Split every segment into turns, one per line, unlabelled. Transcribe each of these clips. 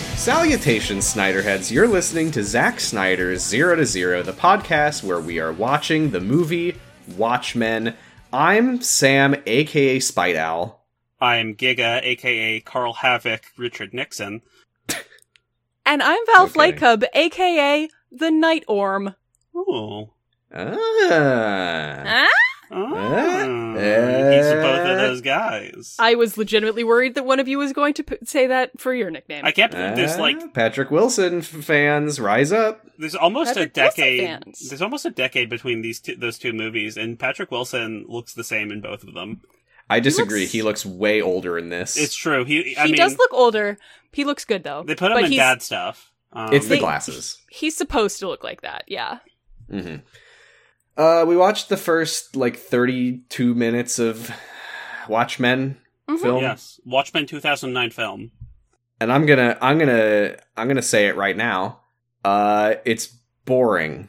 Salutations, Snyderheads. You're listening to Zack Snyder's Zero to Zero, the podcast where we are watching the movie Watchmen. I'm Sam, aka Spite Owl.
I'm Giga, aka Carl Havoc, Richard Nixon.
And I'm Val
Okay.
Flight Cub, aka the Night Orm.
Ooh.
Ah.
Ah?
Oh.
Eh.
He's both of those guys. I,
I was legitimately worried that one of you was going to p- say that for your nickname.
can't believe there's
Ah,
like
Patrick Wilson f- fans, rise up.
there's almost
Patrick
a
Wilson
decade.
fans.
There's almost a decade between these two, those two movies, and Patrick Wilson looks the same in both of them.
I disagree.
looks-
He looks, way older in this.
It's true. He,
he
I mean,
does look older. He looks good though.
they put him
but
in
he's,
bad stuff. Um,
It's the
they-
glasses.
He's supposed to look like that. Yeah.
hmm Uh, we watched the first like 32 minutes of Watchmen
Mhm.
film.
yes, Watchmen 2009 film.
and I'm gonna I'm gonna I'm gonna say it right now. Uh, it's boring.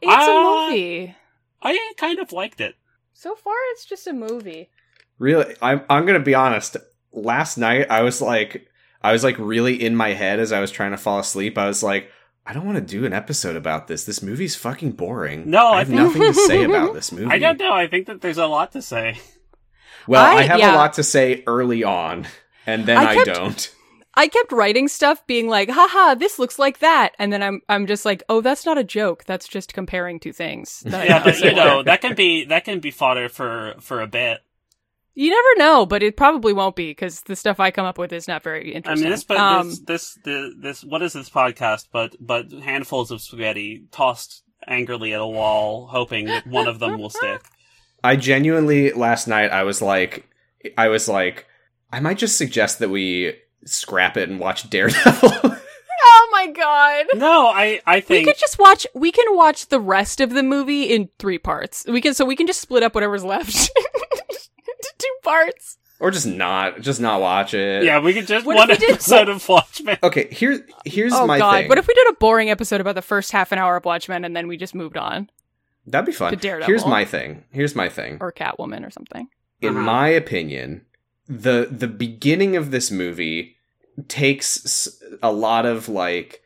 It's
Ah!
a movie.
I kind of liked it.
So far, it's just a movie.
Really, I'm I'm gonna be honest. Last night I was like I was like really in my head as I was trying to fall asleep. I was like, I don't want to do an episode about this. This movie's fucking boring.
No,
I
I
have
think-
nothing to say about this movie.
I don't know. I think that there's a lot to say.
Well, I,
I-
have a
yeah.
lot to say early on, and then
I
I,
kept-
don't.
I kept writing stuff, being like, "Haha, this looks like that," and then I'm, I'm just like, "Oh, that's not a joke. That's just comparing two things." that I
Yeah,
know
but you
so well."
know that can be that can be fodder for for a bit.
You never know, but it probably won't be because the stuff I come up with is not very
I
interesting.
mean, this, but
Um,
this, this, the- this, what is this podcast? But, but handfuls of spaghetti tossed angrily at a wall, hoping that one of them will stick.
I genuinely last night I was like, I was like, I might just suggest that we scrap it and watch Daredevil.
oh my god!
No, I, I
We
think
could just watch. We can watch the rest of the movie in three parts. We can, so we can just split up whatever's left into two parts.
or just not just not watch it
yeah, we could just
What if
one
we did-
episode of Watchmen.
okay here here's
oh
my
god!
thing
What if we did a boring episode about the first half an hour of Watchmen and then we just moved on,
that'd be fun
to Daredevil?
here's my thing here's my thing
or Catwoman, or something?
in
Uh-huh.
my opinion the the beginning of this movie takes s- a lot of like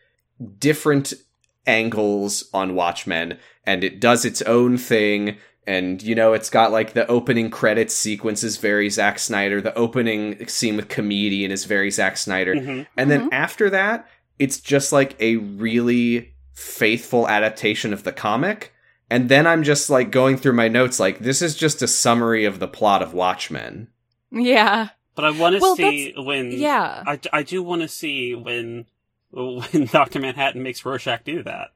different angles on watchmen and it does its own thing and you know it's got like the opening credits sequence is very Zack Snyder the opening scene with comedian is very Zack Snyder
Mhm.
and
Mm-hmm.
then after that, it's just like a really faithful adaptation of the comic. And then I'm just like going through my notes, like, this is just a summary of the plot of Watchmen.
Yeah,
But I want to
Well,
see when.
yeah.
I, I do want to see when when Doctor Manhattan makes Rorschach do that.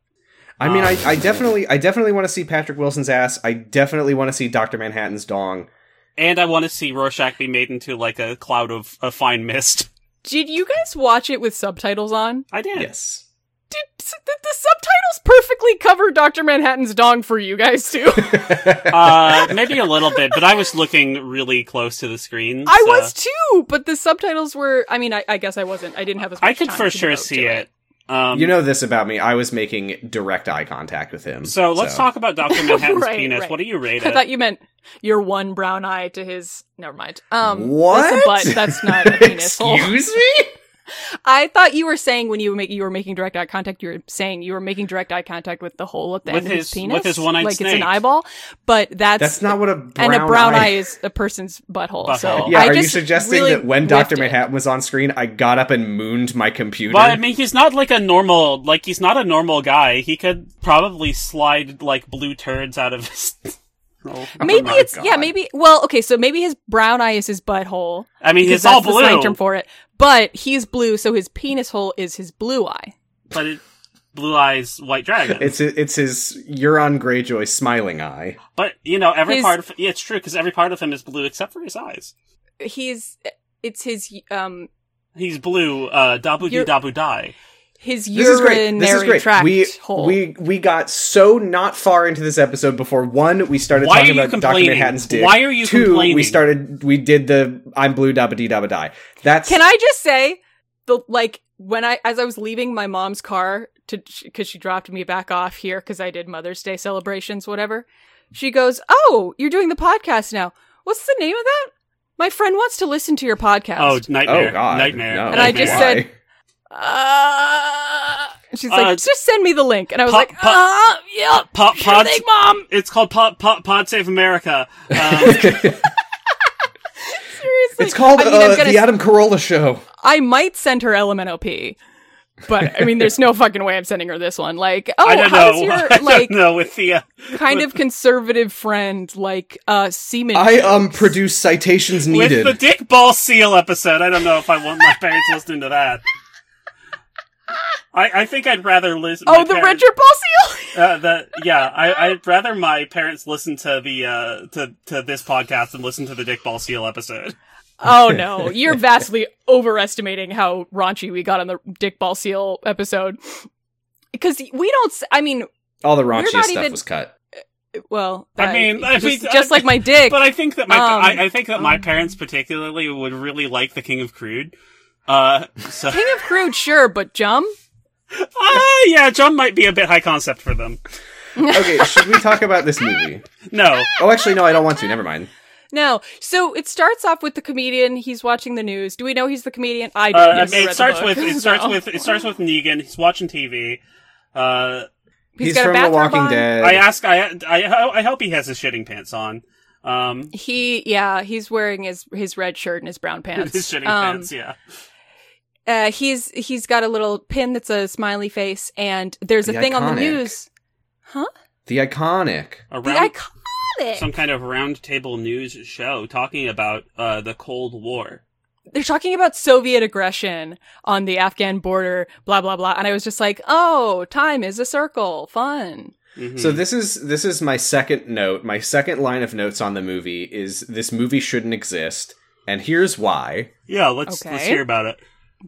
I mean, I,
Um.
I definitely, I definitely want to see Patrick Wilson's ass. I definitely want to see Doctor Manhattan's dong.
And I want to see Rorschach be made into like a cloud of a fine mist.
Did you guys watch it with subtitles on?
I did.
Yes,
Did the, the subtitles perfectly cover Doctor Manhattan's dong for you guys too?
Uh, maybe a little bit, but I was looking really close to the screen.
I
so-
was too, but the subtitles were. I mean, I, I guess I wasn't. I didn't have as much
I could
time
for
to
sure
devote
see
to
it. Um,
you know this about me. I was making direct eye contact with him.
So let's talk about Doctor Manhattan's
Right,
penis.
right.
What do you rate
I
it?
thought you meant your one brown eye to his. Never mind. Um,
What?
That's a butt. That's not a penis hole.
Excuse me.
I thought you were saying when you were making you were making direct eye contact. You were saying you were making direct eye contact with the hole at the
With
end of his,
his-
penis,
with his one-eyed
like it's
snake.
an eyeball. But that's,
That's not what a brown
and a brown
eye
eye. is a person's butthole. So
Butthole.
Yeah,
Oh, I
are you
just
suggesting
really
that when Doctor
whiffed it.
Manhattan was on screen, I got up and mooned my computer?
Well, I mean, he's not like a normal, like he's not a normal guy. He could probably slide like blue turds out of his. Oh,
Maybe
my
it's yeah,
God.
maybe well, okay, so maybe his brown eye is his butthole.
I mean,
because
he's all
that's the slang
blue,
term for it. But he's blue, so his penis hole is his blue eye.
but it, blue eyes, white dragon.
it's it's his Euron Greyjoy smiling eye.
but you know, every
His-
part of yeah, it's true because every part of him is blue except for his eyes.
He's it's his um
He's blue. Uh, dabu di
You're-
dabu die.
his
This is great. This is
urinary
great.
tract
we
hole.
we we got so not far into this episode before one we started
Why
talking
are you
about Doctor
complaining?
Manhattan's dick.
Why are you
Two, we
complaining?
started we did the I'm blue dabba dee dabba die. That's
Can I just say the like when I as I was leaving my mom's car to because she dropped me back off here because I did Mother's Day celebrations whatever. She goes, "Oh, you're doing the podcast now. What's the name of that? My friend wants to listen to your podcast."
Oh, nightmare!
Oh God,
nightmare!
No.
And I just
Why?
said- uh, and she's
Uh,
like, just send me the link. And I was
po-
like,
po-
uh, yep,
po-
sure
pods-
thing, mom.
It's called Pod, Pod, Pod Save America. Um,
Seriously.
it's called
I mean, I'm
uh,
gonna
the Adam Carolla Show.
I might send her LMNOP, but I mean, there's no fucking way I'm sending her this one. Like, oh,
I don't
how
know.
does your
I
like
don't know with the. Uh,
kind of conservative friend like uh semen?
I um produce citations
with
needed.
the Dick Ball Seal episode, I don't know if I want my parents listening to that. I, I think I'd rather listen.
oh, the Richard Paul seal.
Uh, the yeah, I, I'd rather my parents listen to the uh, to to this podcast than listen to the Dick Ball Seal episode.
oh no, you're vastly overestimating how raunchy we got on the Dick Ball seal episode. Because we don't. s- I mean,
All the
not
raunchiest stuff
even-
was cut.
well,
I mean- I
just,
mean,
just
I-
like my dick.
But I think that my
Um,
I, I think that my parents particularly would really like the King of Crude. Uh, so
King of Crude, sure, but Jum.
ah, yeah, John might be a bit high concept for them.
Okay, should we talk about this movie?
No,
Oh, actually, no, I don't want to. Never mind.
No. So it starts off with the comedian. He's watching the news. Do we know he's the comedian? I do.
Uh,
yes,
I
I
mean,
read
it
the
starts
book.
with it starts
So-
with it starts with Negan. He's watching TV. Uh,
He's,
got a
from The
bathrobe
Walking
on.
Dead.
I ask. I, I I hope he has his shitting pants on. Um,
He yeah, he's wearing his his red shirt and his brown pants.
his shitting
Um,
pants. Yeah.
uh, he's he's got a little pin that's a smiley face, and there's a
The
thing on
iconic.
the news.
the iconic.
The
Around
iconic.
some kind of roundtable news show talking about uh, the Cold War.
They're talking about Soviet aggression on the Afghan border, blah blah blah, and I was just like, oh, time is a circle, fun.
Mhm.
So this is this is my second note. My second line of notes on the movie is this movie shouldn't exist, and here's why.
yeah, let's let's
Okay.
hear about it.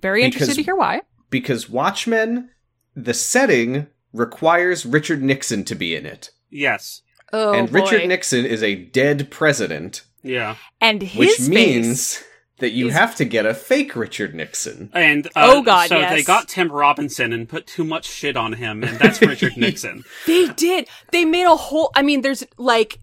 Very interested
Because-
to hear why.
Because Watchmen, the setting requires Richard Nixon to be in it.
Yes.
Oh
and
boy.
Richard Nixon is a dead president,
Yeah.
and his
which
face.
means that you
is-
have to get a fake Richard Nixon.
And uh,
Oh, God,
So
yes.
they got Tim Robinson and put too much shit on him, and that's Richard Nixon.
They did. They made a whole. I mean, there's like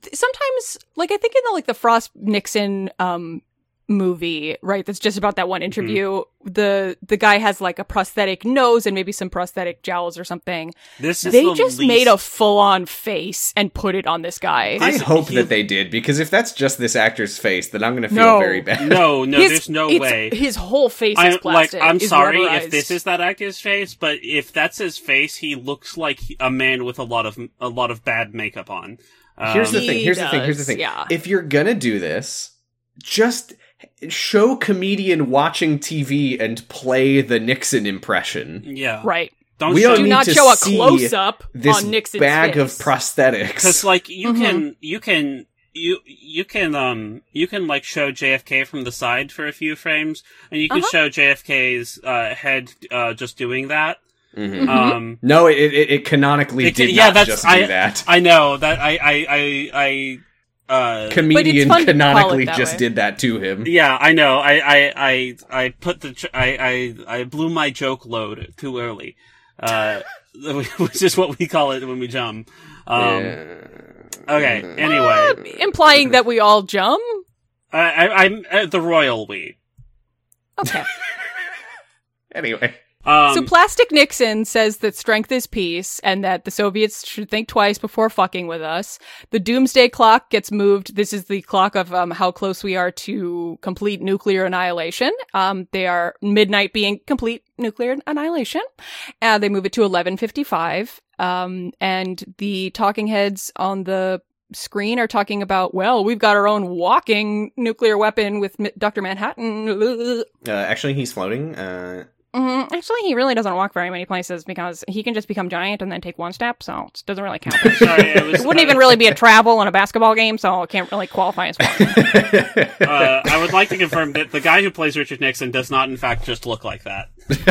th- sometimes, like I think in the like the Frost Nixon um movie, right? That's just about that
Mm-hmm.
one interview. The the guy has like a prosthetic nose and maybe some prosthetic jowls or something.
This is
they
the
just
least-
made a full on face and put it on this guy.
I
This-
hope
he-
that they did, because if that's just this actor's face, then I'm going to feel
No.
very bad.
no, no.
His-
there's no
it's-
way.
His whole face
I,
is
like,
plastic.
I'm
is
sorry
rubberized.
if this is that actor's face, but if that's his face, he looks like he- a man with a lot of a lot of bad makeup on. Um,
Here's the
He
thing. Here's the thing. Here's the
does,
thing.
yeah.
If you're gonna do this, just show comedian watching TV and play the Nixon impression.
yeah,
right.
Don't
We
show
don't
Do
need
not
to
show a
see
close up
This
on Nixon's
bag
face.
of prosthetics.
because like you
Mhm.
can you can you you can um you can like show JFK from the side for a few frames, and you can
Uh-huh.
show JFK's uh, head uh, just doing that.
Mhm.
Mhm.
Um,
No, it, it it canonically
It
did
can- yeah,
not
that's-
just
I-
do that.
I know that I I I, I uh,
comedian
fun to call it
canonically
that
just
way.
did that to him.
Yeah, I know. I I I, I put the ch- I, I I blew my joke load too early, uh, which is what we call it when we jump. Um, Okay. Anyway,
Uh, implying that we all jump.
I, I, I'm uh, the royal we.
Okay.
Anyway.
Um,
so Plastic Nixon says that strength is peace and that the Soviets should think twice before fucking with us. The doomsday clock gets moved. This is the clock of um, how close we are to complete nuclear annihilation. Um, they are midnight being complete nuclear annihilation. Uh, they move it to 11:55. Um, and the talking heads on the screen are talking about, well, we've got our own walking nuclear weapon with M- Dr. Manhattan.
Uh, actually, he's floating. Uh,
Mm, actually, he really doesn't walk very many places because he can just become giant and then take one step, so it doesn't really count. it
sorry, I was,
wouldn't even really be a travel in a basketball game, so it can't really qualify as well.
Uh, I would like to confirm that the guy who plays Richard Nixon does not, in fact, just look like that.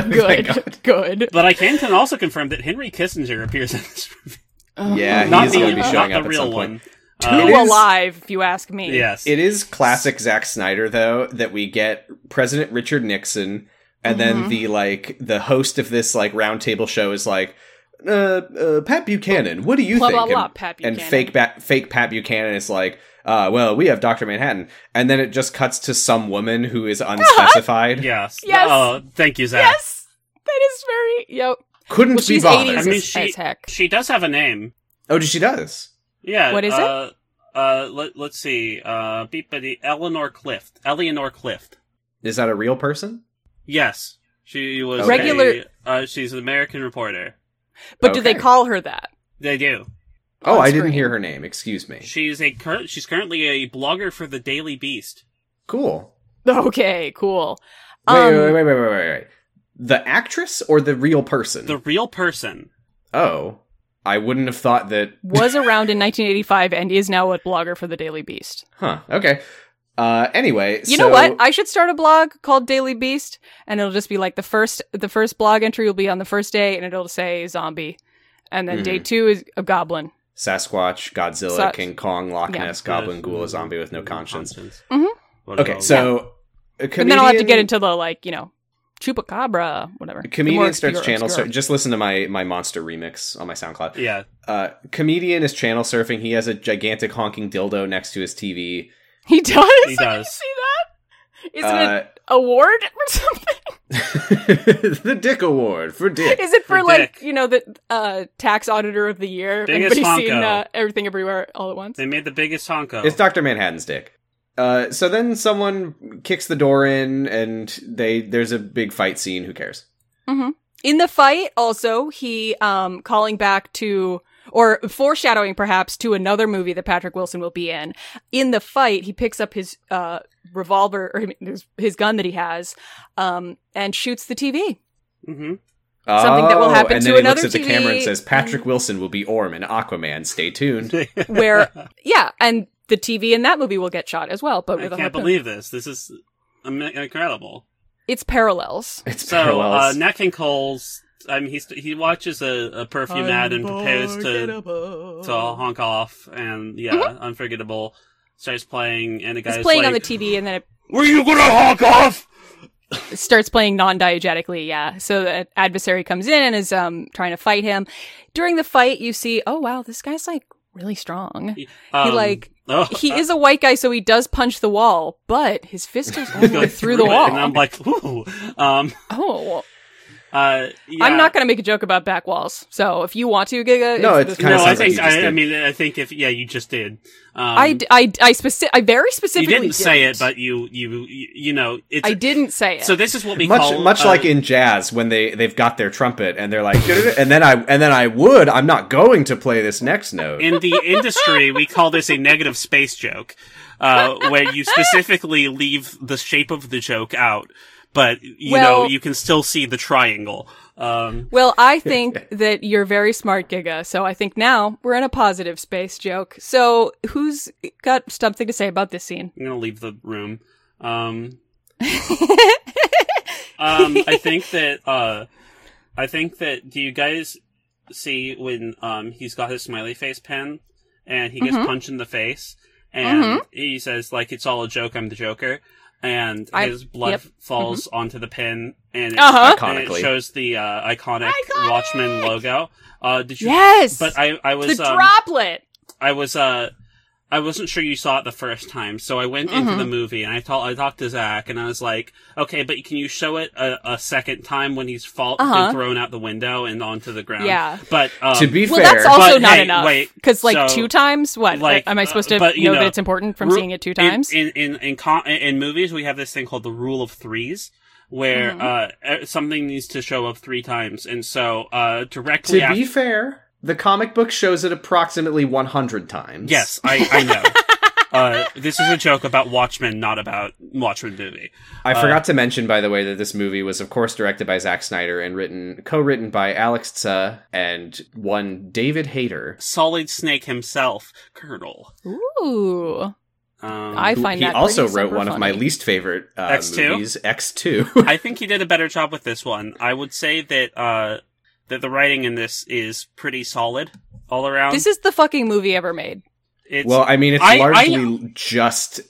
Good, good.
But I can, can also confirm that Henry Kissinger appears in this movie.
Yeah, he
not
is
the,
gonna be
not
showing
the
up at
real
some
one.
point.
Too
It is-
alive, if you ask me.
Yes.
It is classic Zack Snyder though that we get President Richard Nixon and then
Mhm.
the like the host of this like roundtable show is like uh, uh Pat Buchanan, what do you
Blah
think?
blah blah.
and,
Pat
and
Buchanan.
fake ba- fake Pat Buchanan is like uh well, we have Dr. Manhattan and then it just cuts to some woman who is unspecified.
yes.
Yes.
Oh, thank you, Zach.
Yes. Yep.
Couldn't
Well,
be
she's
bothered.
80s
I mean,
as,
she-
as heck.
She does have a name.
oh, she does.
Yeah.
What is it?
uh, it? Uh, let, let's see. Uh, beepity, Eleanor Clift. Eleanor Clift.
Is that a real person?
Yes, she was
Okay.
regular.
Regular-
uh, she's an American reporter.
But do they
Okay.
call her that?
They do.
Oh,
On
I didn't
screen.
hear her name. Excuse me.
She's a cur- she's currently a blogger for the Daily Beast.
Cool.
Okay, cool.
Wait,
Um,
wait, wait, wait, wait, wait, wait. The actress or the real person?
The real person.
Oh, I wouldn't have thought that.
Was around in 1985 and is now a blogger for the Daily Beast.
Huh. Okay. Uh. Anyway,
You
so-
know what? I should start a blog called Daily Beast, and it'll just be like the first the first blog entry will be on the first day, and it'll say zombie, and then
Mm-hmm.
day two is a goblin.
Sasquatch, Godzilla,
Sa-
King Kong, Loch
Yeah.
Ness, Goblin, Ghoul, a zombie with no conscience.
Mhm.
What
Okay,
about-
so a comedian,
And then I'll have to get into the like you know, chupacabra, whatever.
a
The
comedian
more
starts
obscure-
channel.
obscure.
Sur- just listen to my my monster remix on my SoundCloud.
yeah,
Uh, comedian is channel surfing. He has a gigantic honking dildo next to his TV.
He does.
He
I didn't
does.
see that. Is it
Uh,
an award or something?
the Dick Award for Dick.
Is it for,
For
like
Dick.
you know the uh, tax auditor of the year?
Biggest
Everybody's seen
honko.
uh, everything everywhere all at once.
they made the biggest
Oh.
honko.
It's Doctor Manhattan's dick. Uh, so then someone kicks the door in, and they there's a big fight scene. Who cares?
Mm-hmm. In the fight, also he um calling back to or foreshadowing perhaps to another movie that Patrick Wilson will be in. In the fight, he picks up his uh revolver or his, his gun that he has, um and shoots the TV.
hmm
Something that will
Oh,
happen
and
to
then he
another
looks at the
TV
camera and says, "Patrick Wilson will be Orm in Aquaman. Stay tuned."
Where yeah, and the TV in that movie will get shot as well, but
I
with a
can't
harpoon.
believe this. This is am- incredible.
it's parallels.
It's
So uh,
parallels.
Neck and Cole's. I mean, he's, he watches a, a perfume ad and prepares to to honk off, and yeah, unforgettable starts playing, and the guy's
It's Mm-hmm. playing
like,
on the TV and then it
"Were you gonna honk off?"
starts playing non-diegetically yeah so the adversary comes in and is um trying to fight him during the fight you see oh wow this guy's like really strong
Um,
like-
oh,
he is a white guy so he does punch the wall but his fist goes all the way
goes
through the
it, and I'm
wall
like, "Ooh." Um,
oh
uh, yeah.
i'm not gonna make a joke about back walls so if you want to giga
No, it's
No,
Kinda
I
sounds like
think
you just
I, I
did.
mean I think if yeah, you just did. Um,
I, I, I, speci- I very
you
specifically
didn't say it, but you you you you know it's
I didn't say it.
so this is what we
much
call
much
uh,
like in jazz when they they've got their trumpet and they're like, and then I and then I would. I'm not going to play this next note.
in the industry we call this a negative space joke, uh, where you specifically leave the shape of the joke out, but you know
Well-
you can still see the triangle. Um,
Well, I think that you're very smart, Giga. So I think now we're in a positive space joke. So who's got something to say about this scene?
I'm gonna leave the room. Um, um, I think that uh, I think that do you guys see when um, he's got his smiley face pen and he gets
Mhm.
punched in the face and
Mm-hmm.
he says like it's all a joke I'm the Joker and
I-
his blood
yep. Mm-hmm.
falls onto the pin and it,
Uh-huh.
and it
Iconically.
shows the uh, iconic,
Iconic!
Watchmen logo. Uh, did you?
yes,
But I I was
the
um,
droplet.
I was uh I wasn't sure you saw it the first time, so I went into
Mhm.
the movie and I thought I talked to Zach and I was like, okay, but can you show it a, a second time when he's fall
Uh-huh.
been thrown out the window and onto the ground?
Yeah.
but um,
to be
Well,
fair,
that's also
But,
not
hey,
enough
wait,
because, like,
so-
two times. What
like,
am I supposed to
uh, but, you
know,
know,
that it's important from
ru-
seeing it two times?
in in in, con- in movies we have this thing called the rule of threes. Where
Mm-hmm.
uh, something needs to show up three times, and so uh,
to
directly after
be fair, the comic book shows it approximately 100 times.
Yes, I, I know. uh, this is a joke about Watchmen, not about Watchmen movie.
I forgot to mention, by the way, that this movie was, of course, directed by Zack Snyder and written, co-written by Alex Tsa and one David Hayter.
Solid Snake himself, Colonel.
Ooh,
Um,
I
who-
find
he
that
also
pretty
wrote
super
one of my
funny.
least favorite uh,
X2?
movies, X Two.
I think he did a better job with this one. I would say that uh, that the writing in this is pretty solid all around.
This is the fucking movie ever made.
it's,
well, I mean, it's
I- I-
largely just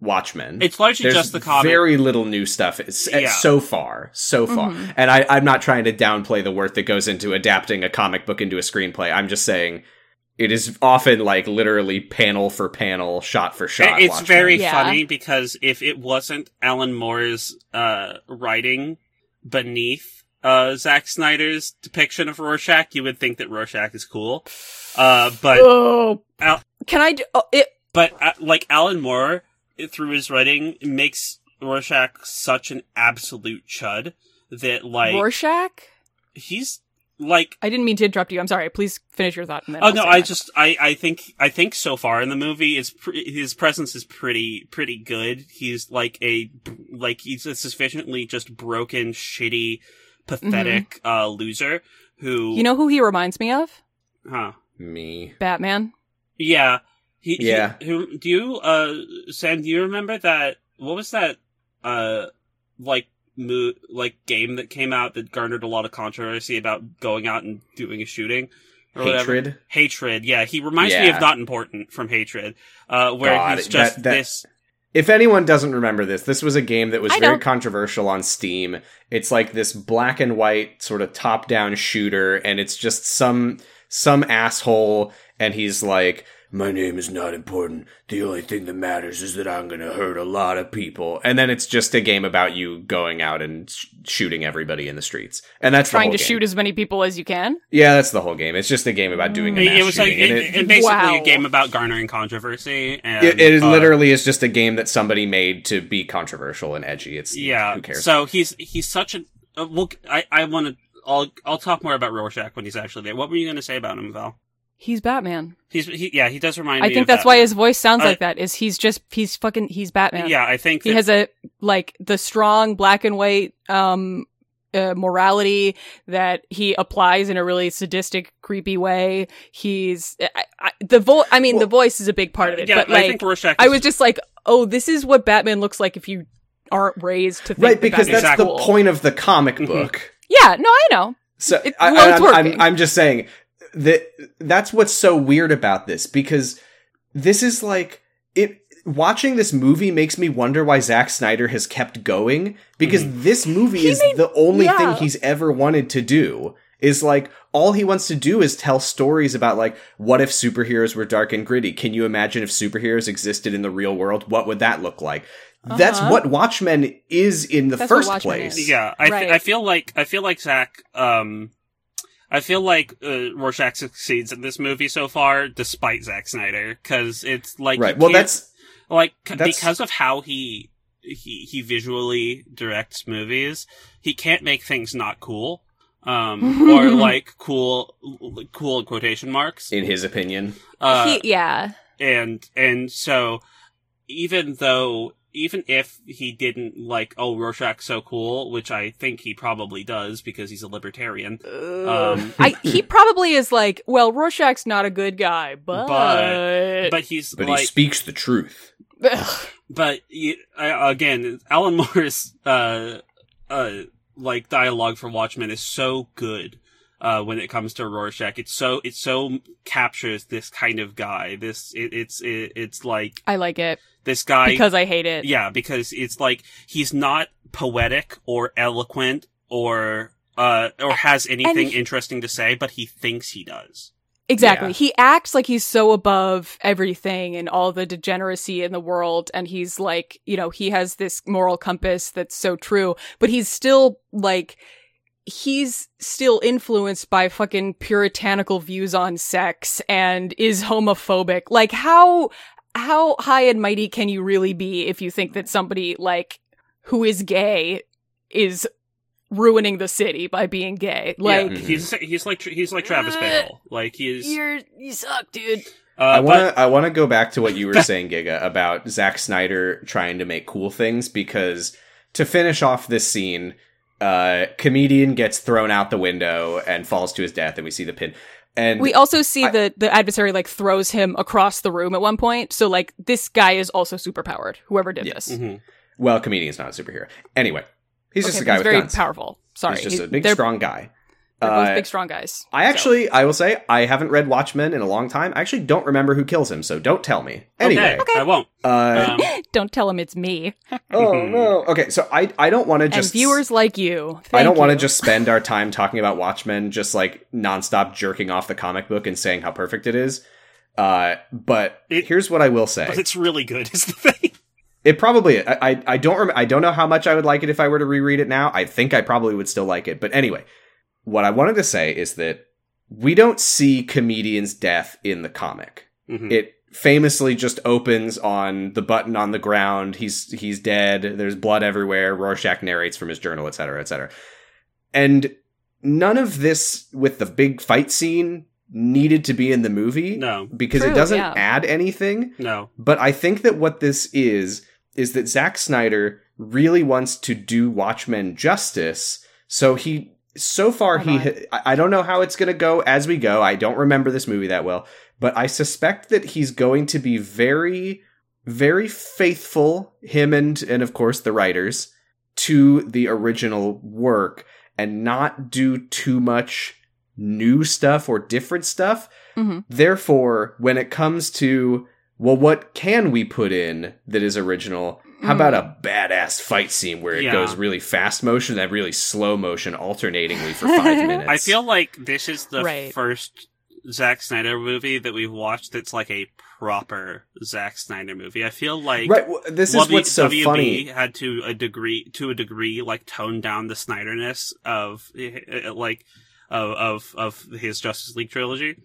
Watchmen.
it's largely
There's
just the comic.
Very little new stuff is,
Yeah.
so far, so far.
Mm-hmm.
And I, I'm not trying to downplay the work that goes into adapting a comic book into a screenplay. I'm just saying it is often like literally panel for panel, shot for shot.
it's
Watchmen.
very
Yeah.
funny because if it wasn't Alan Moore's uh, writing beneath uh, Zack Snyder's depiction of Rorschach, you would think that Rorschach is cool. Uh, but
Oh,
Al-
can I? Do, oh, it,
but uh, like Alan Moore through his writing makes Rorschach such an absolute chud that like
Rorschach.
he's like
I didn't mean to interrupt you. I'm sorry. Please finish your thought. And then
Oh
I'll
no!
say
I
mine.
just I I think I think so far in the movie, it's pre- his presence is pretty pretty good. He's like a like he's a sufficiently just broken, shitty, pathetic uh loser who
Mm-hmm. You know who he reminds me of?
huh?
Me.
Batman.
Yeah, he he-
Yeah.
who do you uh Sam? Do you remember that? What was that uh like mo- like game that came out that garnered a lot of controversy about going out and doing a shooting or whatever?
Hatred.
Hatred, yeah. He reminds me
Yeah.
of Not Important from Hatred, uh, where
God,
he's just
that- that-
this.
If anyone doesn't remember this, this was a game that was
I
very
know.
controversial on Steam. It's like this black and white sort of top-down shooter and it's just some some asshole and he's like my name is not important. The only thing that matters is that I'm going to hurt a lot of people. And then it's just a game about you going out and sh- shooting everybody in the streets. And that's the
Trying
whole
to
game.
shoot as many people as you can.
Yeah, that's the whole game. It's just a game about doing a
It,
mass
it was like
shooting.
it,
and
it, basically
Wow.
a game about garnering controversy, and
It, it
uh,
literally is just a game that somebody made to be controversial and edgy. It's
yeah.
who cares?
So he's he's such an. Uh, well, I I want to. I'll I'll talk more about Rorschach when he's actually there. What were you going to say about him, Val?
He's Batman.
He's he, yeah. He does remind me.
I think
of
that's
that.
why his voice sounds
I-
like that. Is he's just he's fucking he's Batman.
Yeah, I think
He
that-
has a like the strong black and white um uh, morality that he applies in a really sadistic, creepy way. He's I, I, the vo. I mean, the
Well-
voice is a big part of it.
Yeah,
but
I
like,
think Rorschach.
I
is-
was just like, oh, this is what Batman looks like if you aren't raised to think
right,
that
because that's
Batman's
Exactly.
the
cool.
point of the comic
Mhm.
book.
Yeah, no, I know.
So
It-
I,
well,
I,
it's
am I'm,
working.
I'm just saying that that's what's so weird about this because this is like it. Watching this movie makes me wonder why Zack Snyder has kept going because this movie
Mm-hmm. He
is
made-
the only
yeah.
thing he's ever wanted to do. Is like all he wants to do is tell stories about like what if superheroes were dark and gritty? Can you imagine if superheroes existed in the real world? What would that look like? That's
Uh-huh.
what Watchmen is in the
That's what
first
Watchmen
place.
is.
Yeah, I th-
Right.
I feel like I feel like Zach. Um, I feel like uh, Rorschach succeeds in this movie so far, despite Zack Snyder, because it's like you
right. Well,
can't-
that's
like c-
that's-
because of how he he he visually directs movies, he can't make things not cool, um, or like cool cool in quotation marks.
in his opinion.
Uh,
he, yeah,
and and so even though even if he didn't like oh Rorschach's so cool, which I think he probably does because he's a libertarian. Um,
I he probably is like, well, Rorschach's not a good guy, but,
But- but he's
But
like
he speaks the truth.
Ugh.
but you, I, again, Alan Moore's uh uh like dialogue for Watchmen is so good. Uh, when it comes to Rorschach, it's so it so captures this kind of guy. This it, it's it, it's like
I like it
this guy
because I hate it.
Yeah, because it's like he's not poetic or eloquent or uh or has anything
he-
interesting to say, but he thinks he does.
Exactly.
Yeah.
He acts like he's so above everything and all the degeneracy in the world. And he's like, you know, he has this moral compass that's so true, but he's still like, he's still influenced by fucking puritanical views on sex and is homophobic. Like, how, how high and mighty can you really be if you think that somebody like who is gay is ruining the city by being gay? Like, Uh,
yeah,
Mm-hmm.
he's he's like he's like Travis Barrel. Like he's
you're, you suck, dude.
uh,
I want
but-
to I want to go back to what you were saying Giga about Zack Snyder trying to make cool things because to finish off this scene, uh comedian gets thrown out the window and falls to his death and we see the pin. And
We also see
I-
the the adversary like throws him across the room at one point. So like this guy is also super powered. Whoever did
Yes.
this,
Mhm.
well, comedian's not a superhero. Anyway, Mm-hmm. he's just
Okay,
a guy
he's
with
very
guns.
powerful. Sorry,
He's just
He-
a big
they're,
strong guy.
they're
Uh,
both big strong guys.
I
So-
actually, I will say, I haven't read Watchmen in a long time. I actually don't remember who kills him, so don't tell me. Anyway,
okay, I won't.
uh,
Um,
don't tell him it's me.
Oh no. Okay, so I I don't want to just
and viewers like you,
I don't want to
to
just spend our time talking about Watchmen, just like nonstop jerking off the comic book and saying how perfect it is. Uh, but
It-
here's what I will
but
say:
it's really good. Is the thing.
it's, It probably I I, I don't rem- I don't know how much I would like it if I were to reread it now. I think I probably would still like it. But anyway, what I wanted to say is that we don't see comedian's death in the comic.
Mhm.
It famously just opens on the button on the ground. He's he's dead. There's blood everywhere. Rorschach narrates from his journal, etc., etc. And none of this with the big fight scene needed to be in the movie
no,
because it
True,
doesn't
yeah.
add anything.
no.
But I think that what this is is that Zack Snyder really wants to do Watchmen justice. So he, so far,
Hold
he, I I don't know how it's going to go as we go. I don't remember this movie that well, but I suspect that he's going to be very, very faithful, him and, and of course the writers, to the original work and not do too much new stuff or different stuff
Mhm.
Therefore, when it comes to, well, what can we put in that is original? How
Mm.
about a badass fight scene where it
Yeah.
goes really fast motion and really slow motion alternatingly for five minutes?
I feel like this is the
Right.
first Zack Snyder movie that we've watched that's like a proper Zack Snyder movie. I feel like
right. Well, this is
W-
what's so
WB
funny.
had to a degree to a degree like tone down the Snyderness of eh, eh, like of of, of his Justice League trilogy.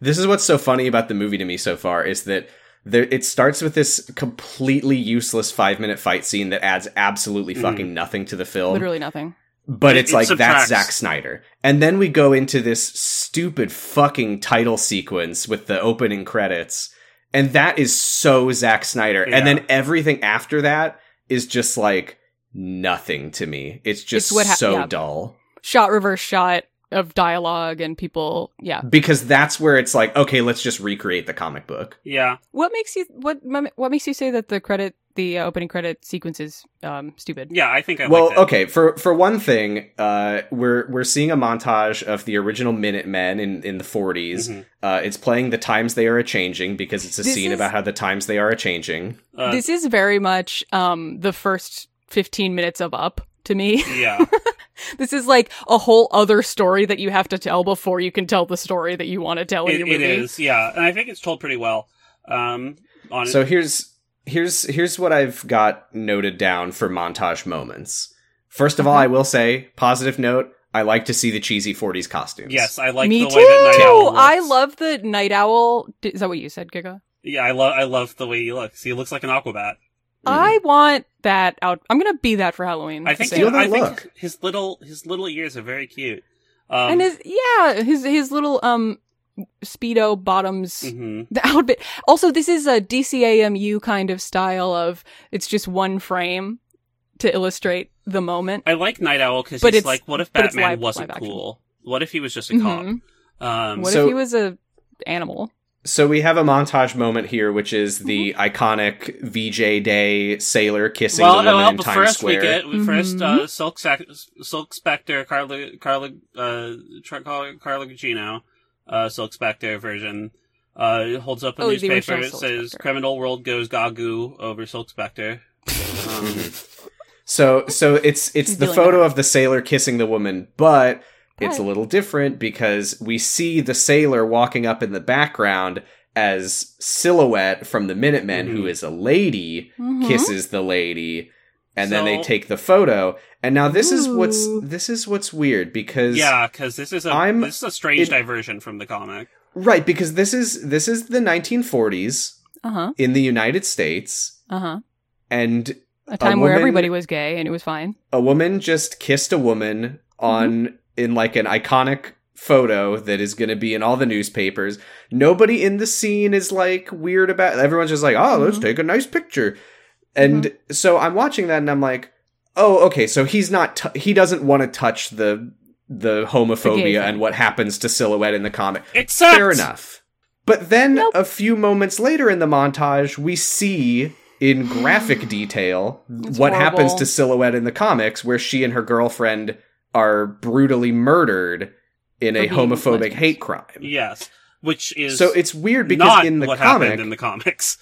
This is what's so funny about the movie to me so far is that there, it starts with this completely useless five minute fight scene that adds absolutely
Mhm.
fucking nothing to the film.
Literally nothing.
but
It-
it's
it
like that's
subtracts.
Zack Snyder. And then we go into this stupid fucking title sequence with the opening credits, and that is so Zack Snyder.
Yeah.
And then everything after that is just like nothing to me. It's just
It's what hap-
so
yeah.
dull.
Shot reverse shot of dialogue and people. Yeah.
Because that's where it's like, okay, let's just recreate the comic book.
Yeah,
What makes you what what makes you say that the credit the uh, opening credit sequence is um stupid?
yeah. I think I
well,
like that.
okay. For for one thing, uh, we're we're seeing a montage of the original Minutemen in in the 40s.
Mhm.
Uh, it's playing the times they are a changing because it's a
This
scene
is-
about how the times they are a changing.
Uh,
this is very much um the first 15 minutes of up to me.
yeah,
this is like a whole other story that you have to tell before you can tell the story that you want to tell in
it,
your
it
movie.
is. Yeah, and I think it's told pretty well. Um, on
So here's here's here's what I've got noted down for montage moments. First of all,
Okay.
I will say positive note. I like to see the cheesy '40s costumes.
yes, I like
Me
the
too.
way that Night Owl looks.
I love the night owl. D- Is that what you said, Giga?
Yeah, I love I love the way he looks. He looks like an Aquabat.
Mm.
I want that out. I'm gonna be that for Halloween.
I think
Steal
Same.
that
I think
look.
his little his little ears are very cute. Um,
and his yeah, his his little um speedo bottoms.
mhm.
The outfit. Also, this is a DCAMU kind of style of it's just one frame to illustrate the moment.
I like Night Owl because
But
he's
it's-
like, what if
but it's
Batman
live-
wasn't
live action.
cool? What if he was just a cop?
Mhm.
Um,
What
So-
if he was a animal?
So we have a montage moment here, which is the
Mm-hmm.
iconic VJ Day sailor kissing
well,
the woman
well,
in
but
Times
first
Square.
we get we first uh,
Mhm.
Silk Sac- Silk Spectre Carla Carla uh, Tra- Carla Carla Gugino, uh Silk Spectre version uh, holds up a
Oh, the
newspaper.
original
It
Silk
says
Spectre.
criminal world goes gagu over Silk Spectre. um,
So so it's it's
She's
the
doing
photo
that.
of the sailor kissing the woman, but it's a
But-
little different because we see the sailor walking up in the background as silhouette from the Minutemen, who
Mhm.
is a lady,
Mhm.
kisses the lady, and then they
So-
take the photo. And now this is what's
Ooh.
this is what's weird because
yeah, because this is a
I'm-
this is a strange
it-
diversion from the comic.
right because this is this is the 1940s
Uh-huh.
in the United States,
Uh-huh.
and
A time where
woman-
everybody was gay and it was fine.
a woman just kissed a woman on in like an iconic photo that is going to be in all the newspapers. Nobody in the scene is like weird about. Everyone's just like, "Oh, let's
Mhm.
take a nice picture." And so I'm watching that and I'm like, "Oh, okay, so he's not t- he doesn't want to touch the the homophobia
thing.
and what happens to silhouette in the comic."
It sucks.
Fair enough. But then
Nope.
a few moments later in the montage, we see in graphic detail
It's
what
horrible.
happens to Silhouette in the comics, where she and her girlfriend are brutally murdered in
For
a
being
homophobic
lesbians.
hate crime.
Yes, which is
So it's weird because
not
in the
what
comic,
happened in the comics.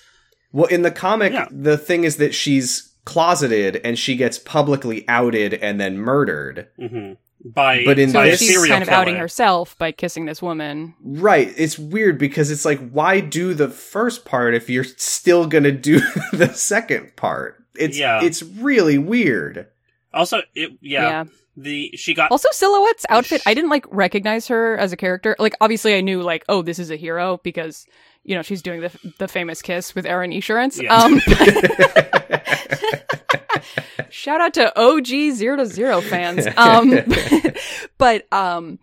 well, in the comic,
Yeah.
the thing is that she's closeted and she gets publicly outed and then murdered.
hmm by
But in
So
by a
this-
she's
serial
kind of
killer.
outing herself by kissing this woman.
Right. It's weird because it's like, why do the first part if you're still gonna do the second part? It's
Yeah.
it's really weird.
Also, it, yeah, the she got
Also, Silhouette's outfit, I didn't like recognize her as a character. Like, obviously, I knew like, oh, this is a hero because you know she's doing the the famous kiss with Aaron Insurance.
Yeah.
Um, shout out to OG zero to zero fans. Um, but um,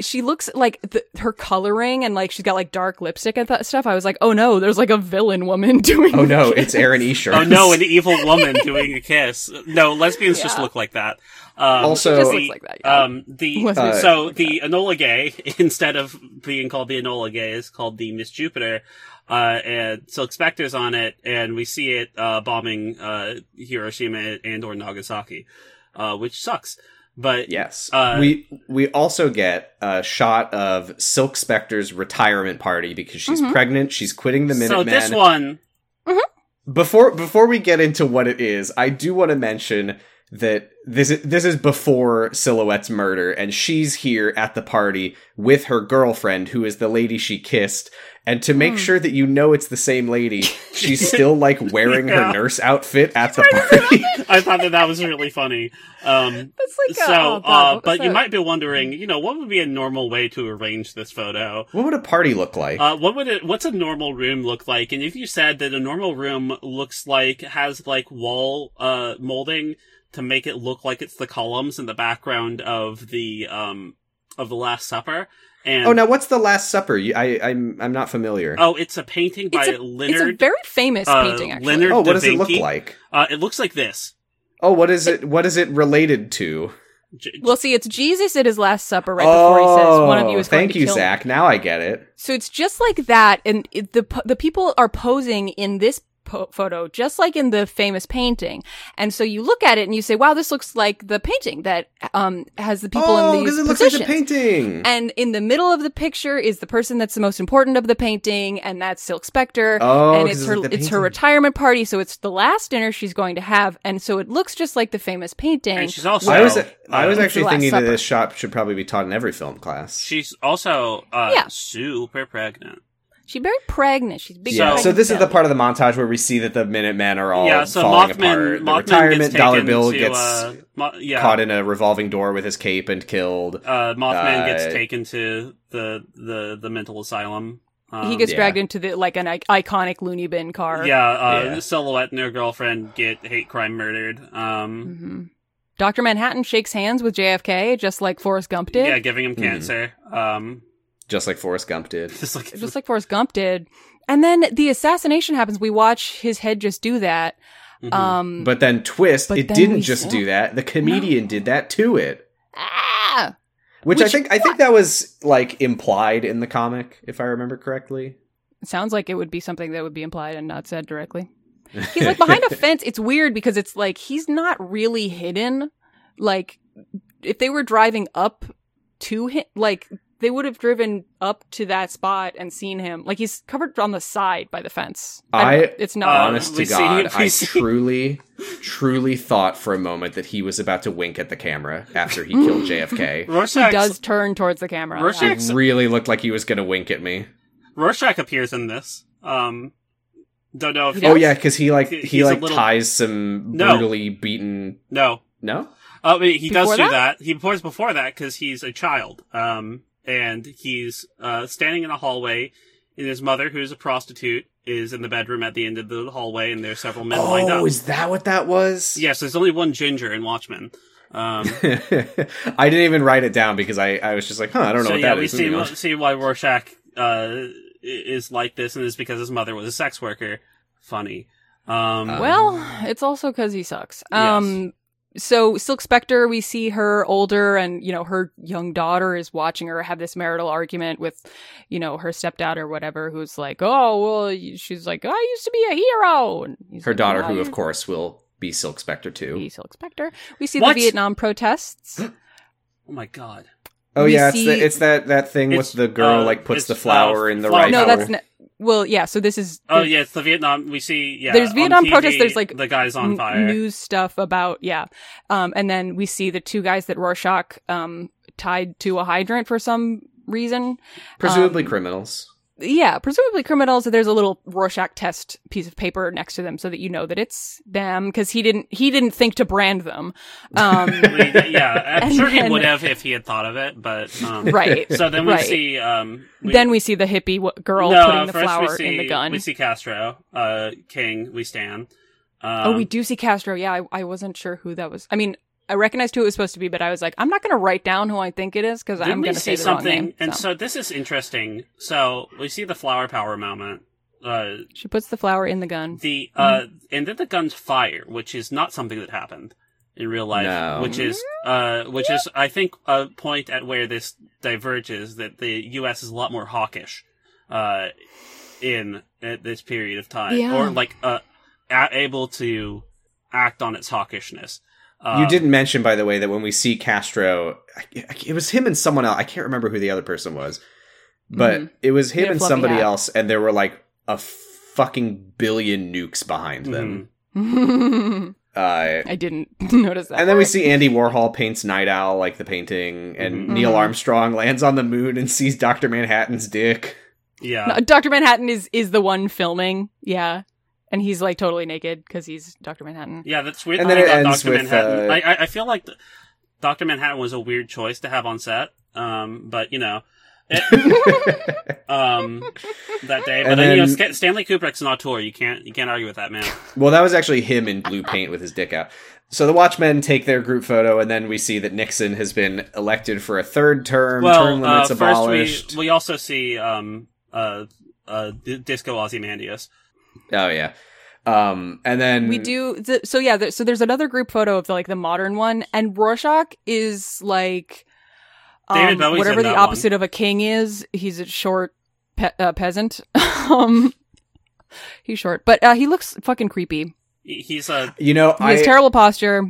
she looks like the, her coloring and like she's got like dark lipstick and that stuff. I was like, oh no, there's like a villain woman doing.
Oh no,
the kiss.
it's Aaron Esher.
oh no an evil woman doing a kiss. No, lesbians just
Yeah.
look like that. Um,
Also-
It just
So-
looks like that. Yeah.
um, the
Lesbians
Uh,
just
so
look like that.
the Enola Gay instead of being called the Enola Gay is called the Miss Jupiter. Uh, and Silk Spectre's on it, and we see it uh, bombing uh, Hiroshima and or Nagasaki, uh, which sucks. But
Yes.
Uh,
we we also get a shot of Silk Spectre's retirement party because she's
Mhm.
pregnant, she's quitting the
so
Minuteman.
this one,
before before we get into what it is, I do want to mention that this is, this is before Silhouette's murder, and she's here at the party with her girlfriend, who is the lady she kissed. And to make
Hmm.
sure that you know it's the same lady, she's still like wearing
Yeah.
her nurse outfit at the party.
I thought that that was really funny. Um,
That's like a-
so,
oh, God, what
uh,
was
but you
that?
might be wondering, you know, what would be a normal way to arrange this photo?
what would a party look like?
Uh, what would it, what's a normal room look like? And if you said that a normal room looks like, has like wall, uh, molding to make it look like it's the columns in the background of the, um, of the Last Supper. And,
oh, now what's the Last Supper? You- I I'm I'm not familiar.
Uh,
oh, it's a painting by
It's a- it's a
Leonard.
very famous
uh,
painting. Actually,
Leonard-
Oh, what does it look
Devinky?
like?
uh, it looks like this.
Oh, what is it? What is it related to?
J- j-
Well, see, it's Jesus at his Last Supper right
oh,
before he says one of you is going
thank
to
you,
kill me."
Zach. Now I get it.
So it's just like that, and it, the p- the people are posing in this po- photo, just like in the famous painting. And so you look at it and you say, "Wow, this looks like the painting that um has the people
oh,
in these
it looks like
positions."
the painting.
And in the middle of the picture is the person that's the most important of the painting, and that's Silk Spectre.
Oh,
and
'cause
it's
it's
her
like the
it's her
painting.
retirement party, so it's the last dinner she's going to have, and so it looks just like the famous painting.
and she's also,
I was I
uh,
was
It's
actually
the Last
thinking that
Supper.
this shot should probably be taught in every film class.
she's also, uh,
Yeah.
super pregnant.
she's very pregnant. She's big.
Yeah.
Yeah.
pregnant
So this is the
belly.
part of the montage where we see that the Minutemen are all
yeah, so
falling
Mothman,
apart. The
Mothman
retirement
gets
dollar
taken
bill
to,
gets
uh, Mo- yeah,
caught in a revolving door with his cape and killed.
Uh, Mothman gets
Uh,
taken to the the the mental asylum. Um,
he gets
yeah.
dragged into the like an I- iconic loony bin car.
yeah, uh,
Yeah.
Silhouette and her girlfriend get hate crime murdered. Um,
hmm Doctor Manhattan shakes hands with JFK just like Forrest Gump did.
yeah, giving him
Mhm.
cancer. Um,
Just like Forrest Gump did.
just like
just like Forrest Gump did. And then the assassination happens. We watch his head just do that.
mhm.
Um,
But then twist,
But
it
then
didn't
we
just
saw-
do that. The comedian did that to it.
ah!
Which, I
Which-
think I think that was like implied in the comic, if I remember correctly.
It sounds like it would be something that would be implied and not said directly. He's like behind a fence. It's weird because it's like he's not really hidden. Like if they were driving up to him, like they would have driven up to that spot and seen him. Like he's covered on the side by the fence. don't
I-
know. it's
Uh,
not.
Honest to
we see-
God,
we
I
see-
truly, truly thought for a moment that he was about to wink at the camera after he killed JFK.
he
Rorschach
does turn towards the camera.
Rorschach-
yeah.
It really looked like he was going to wink at me.
Rorschach appears in this. Um, don't know if
He does?
Oh yeah, because he like
He-
he,
he's a
like
little-
ties some
No.
brutally beaten.
no.
No,
Uh, but he does
Before
do that. He pours before that because he's a child. Um, and he's uh, standing in a hallway, and his mother, who's a prostitute, is in the bedroom at the end of the hallway, and there's several men lined up.
oh, is that what that was?
Yes, there's only one ginger in Watchmen. Um,
I didn't even write it down because I, I was just like, huh, I don't know
so
what
yeah,
that
we
is.
see
Moving on.
see why Rorschach uh, i- is like this, and it's because his mother was a sex worker. Funny. Um,
Uh,
Well, it's also because he sucks. Um, so Silk Spectre, we see her older, and you know her young daughter is watching her have this marital argument with, you know, her stepdad or whatever, who's like, "Oh, well," y- she's like, "I used to be a hero." And he's
Her
like,
daughter,
"Oh,
who of
you're
course will be Silk Spectre
be
too.
Silk Spectre. We see
What?
the Vietnam protests.
oh my god.
Oh
We
yeah, it's,
see-
the, it's that that thing with
It's,
the girl
uh,
like puts
it's,
the flower
uh,
in the
flower.
right.
no,
hole.
that's n well, yeah. So this is
Oh yeah, it's the Vietnam. We see yeah.
There's
on
Vietnam
TV,
protests, there's, like,
the guys on
n-
fire.
news stuff about yeah. Um, and then we see the two guys that Rorschach um tied to a hydrant for some reason.
Presumably
Um,
criminals.
Yeah, presumably criminals. There's a little Rorschach test piece of paper next to them so that you know that it's them because he didn't he didn't think to brand them. Um,
I mean, yeah, I'm
And
sure he
then-
would have if he had thought of it, but um,
right.
So then we
Right.
see um, we,
then we see the hippie w- girl
no,
putting the
first
flower
we see,
in the gun.
We see Castro, uh, King. We stand. Um,
oh, we do see Castro. Yeah, I, I wasn't sure who that was. I mean, I recognized who it was supposed to be, but I was like, I'm not going to write down who I think it is because
Didn't
I'm
we
going to
see
say the wrong
something?
name.
and
so.
so this is interesting. So we see the flower power moment. Uh,
she puts the flower in the gun.
the uh, and then the guns fire, which is not something that happened in real life.
No.
Which is uh, which is I think a point at where this diverges that the U.S. is a lot more hawkish, uh, in at this period of time,
Yeah.
or like uh, a- able to act on its hawkishness. Um,
you didn't mention, by the way, that when we see Castro, I- I- it was him and someone else. I can't remember who the other person was, but
Mm-hmm.
Mhm.
it was
He had
him
a
and
fluffy
somebody
hat.
else, and there were like a fucking billion nukes behind them.
I
Mm-hmm.
Uh,
didn't notice that.
and then we see Andy Warhol paints Night Owl like the painting, and
Mhm.
Neil
Mhm.
Armstrong lands on the moon and sees Doctor Manhattan's dick.
Yeah.
No, Dr. Manhattan is is the one filming. Yeah. And he's like totally naked because he's Dr. Manhattan.
Yeah, that's weird.
And
thing
then it
about
ends
Dr.
with,
Manhattan.
uh,
I, I I feel like th- Doctor Manhattan was a weird choice to have on set. Um, but you know, it, um, that day. But
And
then, you know,
then-
Sca- Stanley Kubrick's an auteur. You can't you can't argue with that man.
Well, that was actually him in blue paint with his dick out. So the Watchmen take their group photo, and then we see that Nixon has been elected for a third term. term
well, uh,
limits
first
abolished.
we we also see um uh uh D- Disco Ozymandias.
Oh yeah. Um, and then
We do. Th- so yeah. Th- so there's another group photo of the, like the modern one, and Rorschach is like
David
um,
Bowie's in
whatever the
that one.
opposite of a king is. He's a short pe- uh, peasant. um, he's short, but uh, he looks fucking creepy.
He- He's a
You know,
He has
I
terrible posture.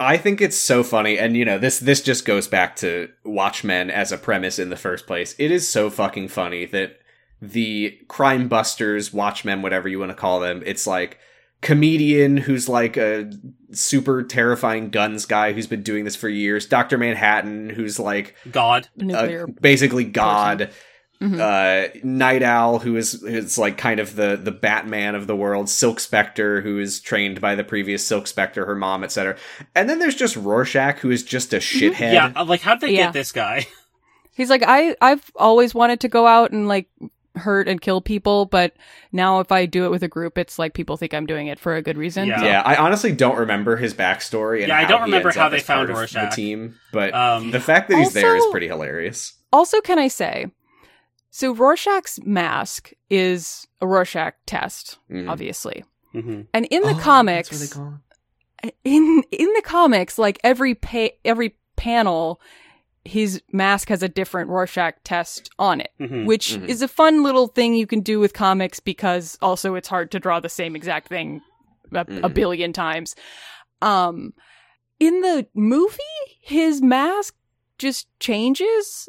I think it's so funny, and you know this this just goes back to Watchmen as a premise in the first place. It is so fucking funny that the crime busters, Watchmen, whatever you want to call them, it's like comedian who's like a super terrifying guns guy who's been doing this for years, Doctor Manhattan who's like
god.
uh,
Nuclear.
basically god
Mhm.
uh night owl who is is like kind of the the batman of the world silk spectre who is trained by the previous silk spectre her mom etc and then there's just rorschach who is just a shithead
Yeah, uh, like how'd they
Yeah.
get this guy?
He's like, I, I've always wanted to go out and like hurt and kill people, but now if I do it with a group, it's like people think I'm doing it for a good reason.
Yeah.
So-
Yeah, I honestly don't remember his backstory. And
Yeah, I
how
don't
he
remember
ends
how
up
they
as part
found
of
Rorschach.
the team, but
Um,
the fact that he's there is
Also-
pretty hilarious.
Also, can I say, so Rorschach's mask is a Rorschach test,
Mm.
obviously.
mhm.
And in
Oh,
the
that's
comics,
what they call him.
in in the comics, like every pa- every panel, his mask has a different Rorschach test on it,
Mhm.
which
mhm.
is a fun little thing you can do with comics because also it's hard to draw the same exact thing a, a
Mhm.
billion times. Um, in the movie, his mask just changes.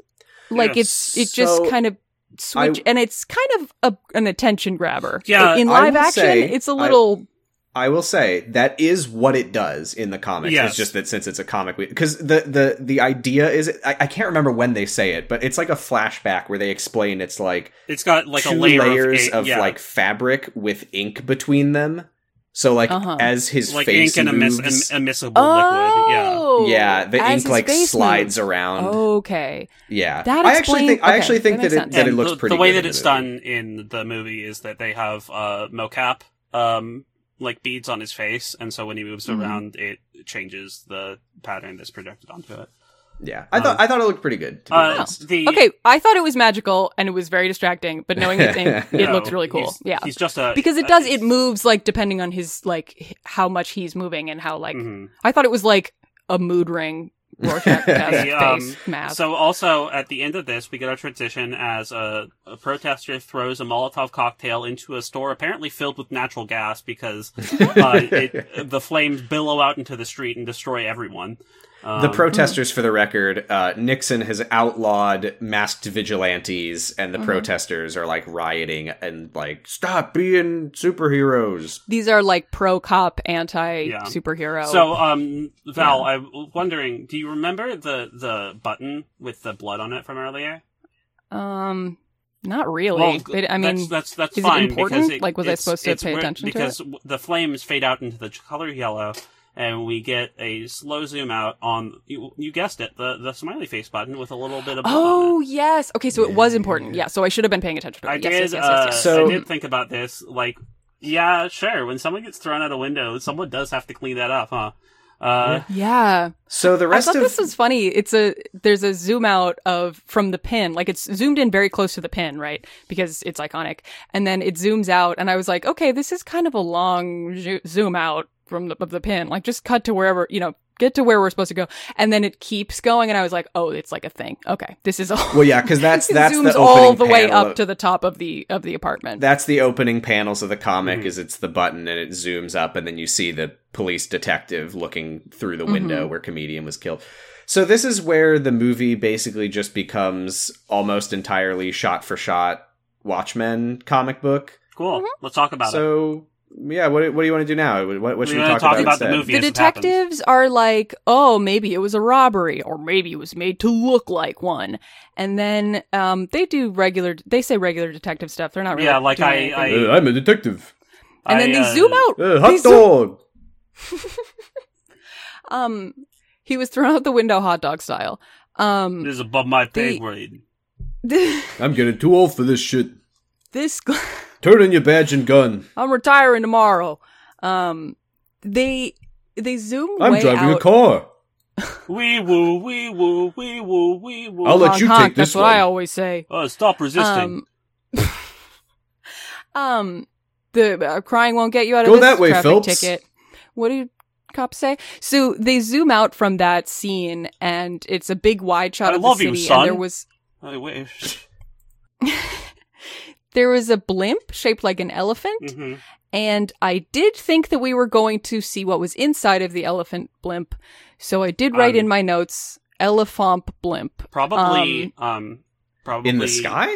Like
Yeah,
it's it
so
just kind of switch,
I-
and it's kind of a, an attention grabber.
Yeah,
in
I
live
will
action,
say,
it's a
I-
little
I will say that is what it does in the comics.
Yes.
It's just that since it's a comic, because the the the idea is, I, I can't remember when they say it, but it's like a flashback where they explain it's like
It's got like
two
a layer
layers
eight-
of,
yeah.
like fabric with ink between them. So like
Uh-huh.
as his
like
face
ink and
moves,
immis- im- immiscible liquid. Yeah.
oh
yeah, the
as
ink
his
like
face
slides
moves.
around.
Okay,
Yeah,
That
I actually
explain-
think I
okay,
actually think
that
that,
makes
it
sense.
that it
And
looks
the,
pretty.
The way
good
that
in
it's
the movie.
done in the movie is that they have uh, mocap, um, like beads on his face, and so when he moves
Mhm.
around, it changes the pattern that's projected onto it.
Yeah, I thought
Um,
I thought it looked pretty good. To be
Uh,
honest.
the,
okay. I thought it was magical and it was very distracting, but knowing it's ink, it
no,
looks really cool.
he's-
yeah,
he's just a
because it
uh,
does
he's-
it moves like depending on his like h- how much he's moving and how like
Mhm.
I thought it was like a mood ring Rorschach test
The, um,
face mask.
So also at the end of this, we get our transition as a, a protester throws a Molotov cocktail into a store apparently filled with natural gas because uh, it, the flames billow out into the street and destroy everyone. Um,
the protesters, for the record, uh, Nixon has outlawed masked vigilantes, and the
Mhm.
protesters are like rioting and like, stop being superheroes.
These are like pro cop, anti
Yeah.
superhero.
So, um, Val, I'm wondering, do you remember the the button with the blood on it from earlier?
um, not really.
Well,
It- I mean,
that's that's, that's
is it
fine
important?
because it,
Like, was I
it's-
supposed to
it's
pay
where-
attention to
because w- the flames fade out into the color yellow, and we get a slow zoom out on you, you guessed it the the smiley face button with a little bit of blood
oh
on it.
yes. Okay, so it was important.
Yeah.
Yeah. So I should have been paying attention to it.
I
yes,
did
yes, yes,
uh,
yes, yes.
So-
I did think about this like yeah sure when someone gets thrown out a window someone does have to clean that up huh uh,
yeah.
So the
I
rest
thought
of
this was funny. It's a there's a zoom out of from the pin, like it's zoomed in very close to the pin, right? Because it's iconic, and then it zooms out, and I was like, okay, this is kind of a long zo- zoom out from the, of the pin. Like, just cut to wherever you know, get to where we're supposed to go, and then it keeps going, and I was like, oh, it's like a thing. Okay, this is all.
well, yeah, because that's
it
that's
zooms
the opening
all the way
panel
up
of-
to the top of the of the apartment.
That's the opening panels of the comic.
Mhm.
Mm-hmm.
Is it's the button and it zooms up, and then you see the police detective looking through
Mm-hmm.
the window where comedian was killed. So this is where the movie basically just becomes almost entirely shot for shot Watchmen comic book.
cool
Mm-hmm.
let's talk about it
so yeah, what, what do you want to do now? What, what should
We
we,
wanna
talk, about,
talk about the
instead?
movie.
the
Yes, it happens.
detectives are like, oh, maybe it was a robbery, or maybe it was made to look like one. And then um, they do regular, they say regular detective stuff. They're not really.
Yeah, like
doing
I-
anything.
I-
Uh, I'm a detective.
and then
I,
they
uh,
zoom out.
Uh,
They
hot
zoom-
dog.
Um, he was thrown out the window, hot dog style. Um,
this is above my pay
The-
grade
I'm getting too old for this shit.
this
Turn in your badge and gun.
I'm retiring tomorrow. Um, they they zoom. way out.
car.
Wee woo, wee woo, wee woo, wee woo.
I'll let
Honk,
you
honk,
take this
That's what I
one.
always say.
Oh, stop resisting.
Um, um, the uh, crying won't get you out of
Go
this
that way,
traffic
Phelps.
ticket. What do you cops say? So they zoom out from that scene, and it's a big wide shot
I
of
love
the
you,
city.
son.
And there was
I wish.
there was a blimp shaped like an elephant,
hmm
and I did think that we were going to see what was inside of the elephant blimp. So I did write
Um,
in my notes elephant blimp
Probably, um, probably
In the sky?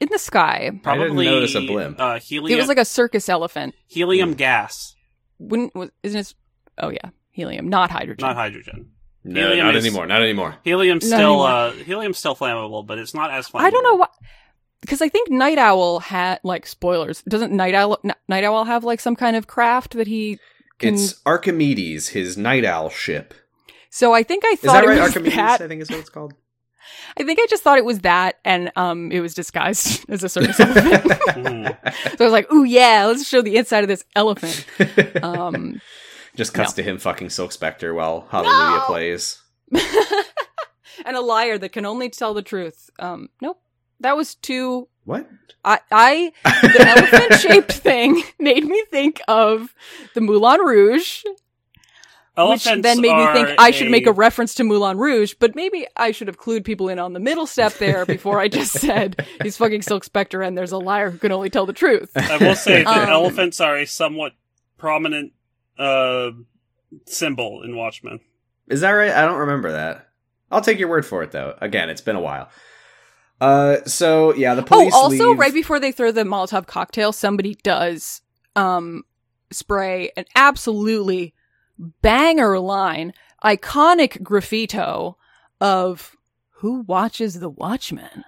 in the sky.
I
Probably
didn't notice a blimp.
Uh, helium,
It was like a circus elephant.
helium
Mm.
gas,
Wouldn't was- isn't it? Oh yeah, helium, not hydrogen.
not hydrogen.
No,
Helium
not
is-
anymore. Not anymore.
Helium's
Not
still
anymore.
uh, helium's still flammable, but it's not as flammable.
I don't know why. Because I think Night Owl had like spoilers. Doesn't Night Owl N- Night Owl have like some kind of craft that he can?
It's Archimedes, his night owl ship.
So I think I
Is
thought
that
it
right?
was
Archimedes,
that.
I think is what it's called.
I think I just thought it was that, and um, it was disguised as a circus elephant. so I was like, "Ooh yeah, let's show the inside of this elephant." Um,
Just cuts to him fucking Silk Spectre while Hallelujah
No!
plays.
and a liar that can only tell the truth. Um, nope, that was too.
What?
I, I the elephant shaped thing made me think of the Moulin Rouge
Elephants
which then made me
Hmm. are
think I should make a reference to Moulin Rouge, but maybe I should have clued people in on the middle step there before I just said he's fucking Silk Spectre and there's a liar who can only tell the truth.
I will say that
Um,
elephants are a somewhat prominent uh, symbol in Watchmen.
Is that right? I don't remember that. I'll take your word for it though. Again, it's been a while. Uh, so yeah, the police.
oh, also
leave-
right before they throw the Molotov cocktail, somebody does um spray an absolutely banger line, iconic graffito of who watches the Watchmen.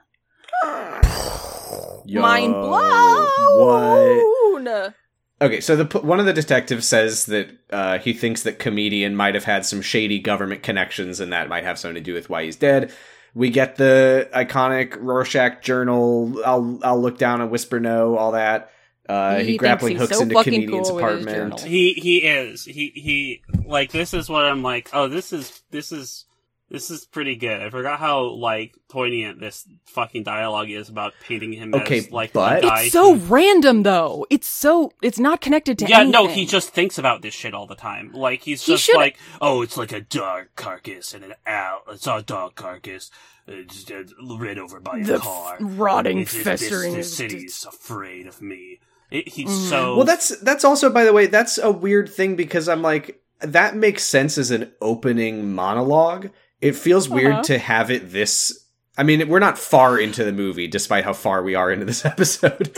Yo,
Mind
What?
blown.
Okay, so the p- one of the detectives says that uh, he thinks that comedian might have had some shady government connections, and that might have something to do with why he's dead. We get the iconic Rorschach journal. I'll I'll look down and whisper no. All that. Uh,
He
he,
thinks
grappling
he's
hooks
so
into
fucking
comedian's
cool with his
apartment.
journal.
He he is. He he like this is what I'm like, oh this is this is this is pretty good. I forgot how like poignant this fucking dialogue is about painting him
Okay,
as like
but-
a guy
It's so
who-
random though. It's so it's not connected to
yeah,
anything.
no, he just thinks about this shit all the time. Like he's
He
just
should-
like, oh, it's like a dog carcass and an owl. It's a dog carcass, it's, uh, ran over by a
the
car.
f- rotting,
It's- it's- this-
festering.
This, city's afraid of me. It, he's so
Mm-hmm.
Well, that's that's also by the way, that's a weird thing because I'm like that makes sense as an opening monologue. It feels
Uh-huh.
weird to have it this. I mean, we're not far into the movie, despite how far we are into this episode.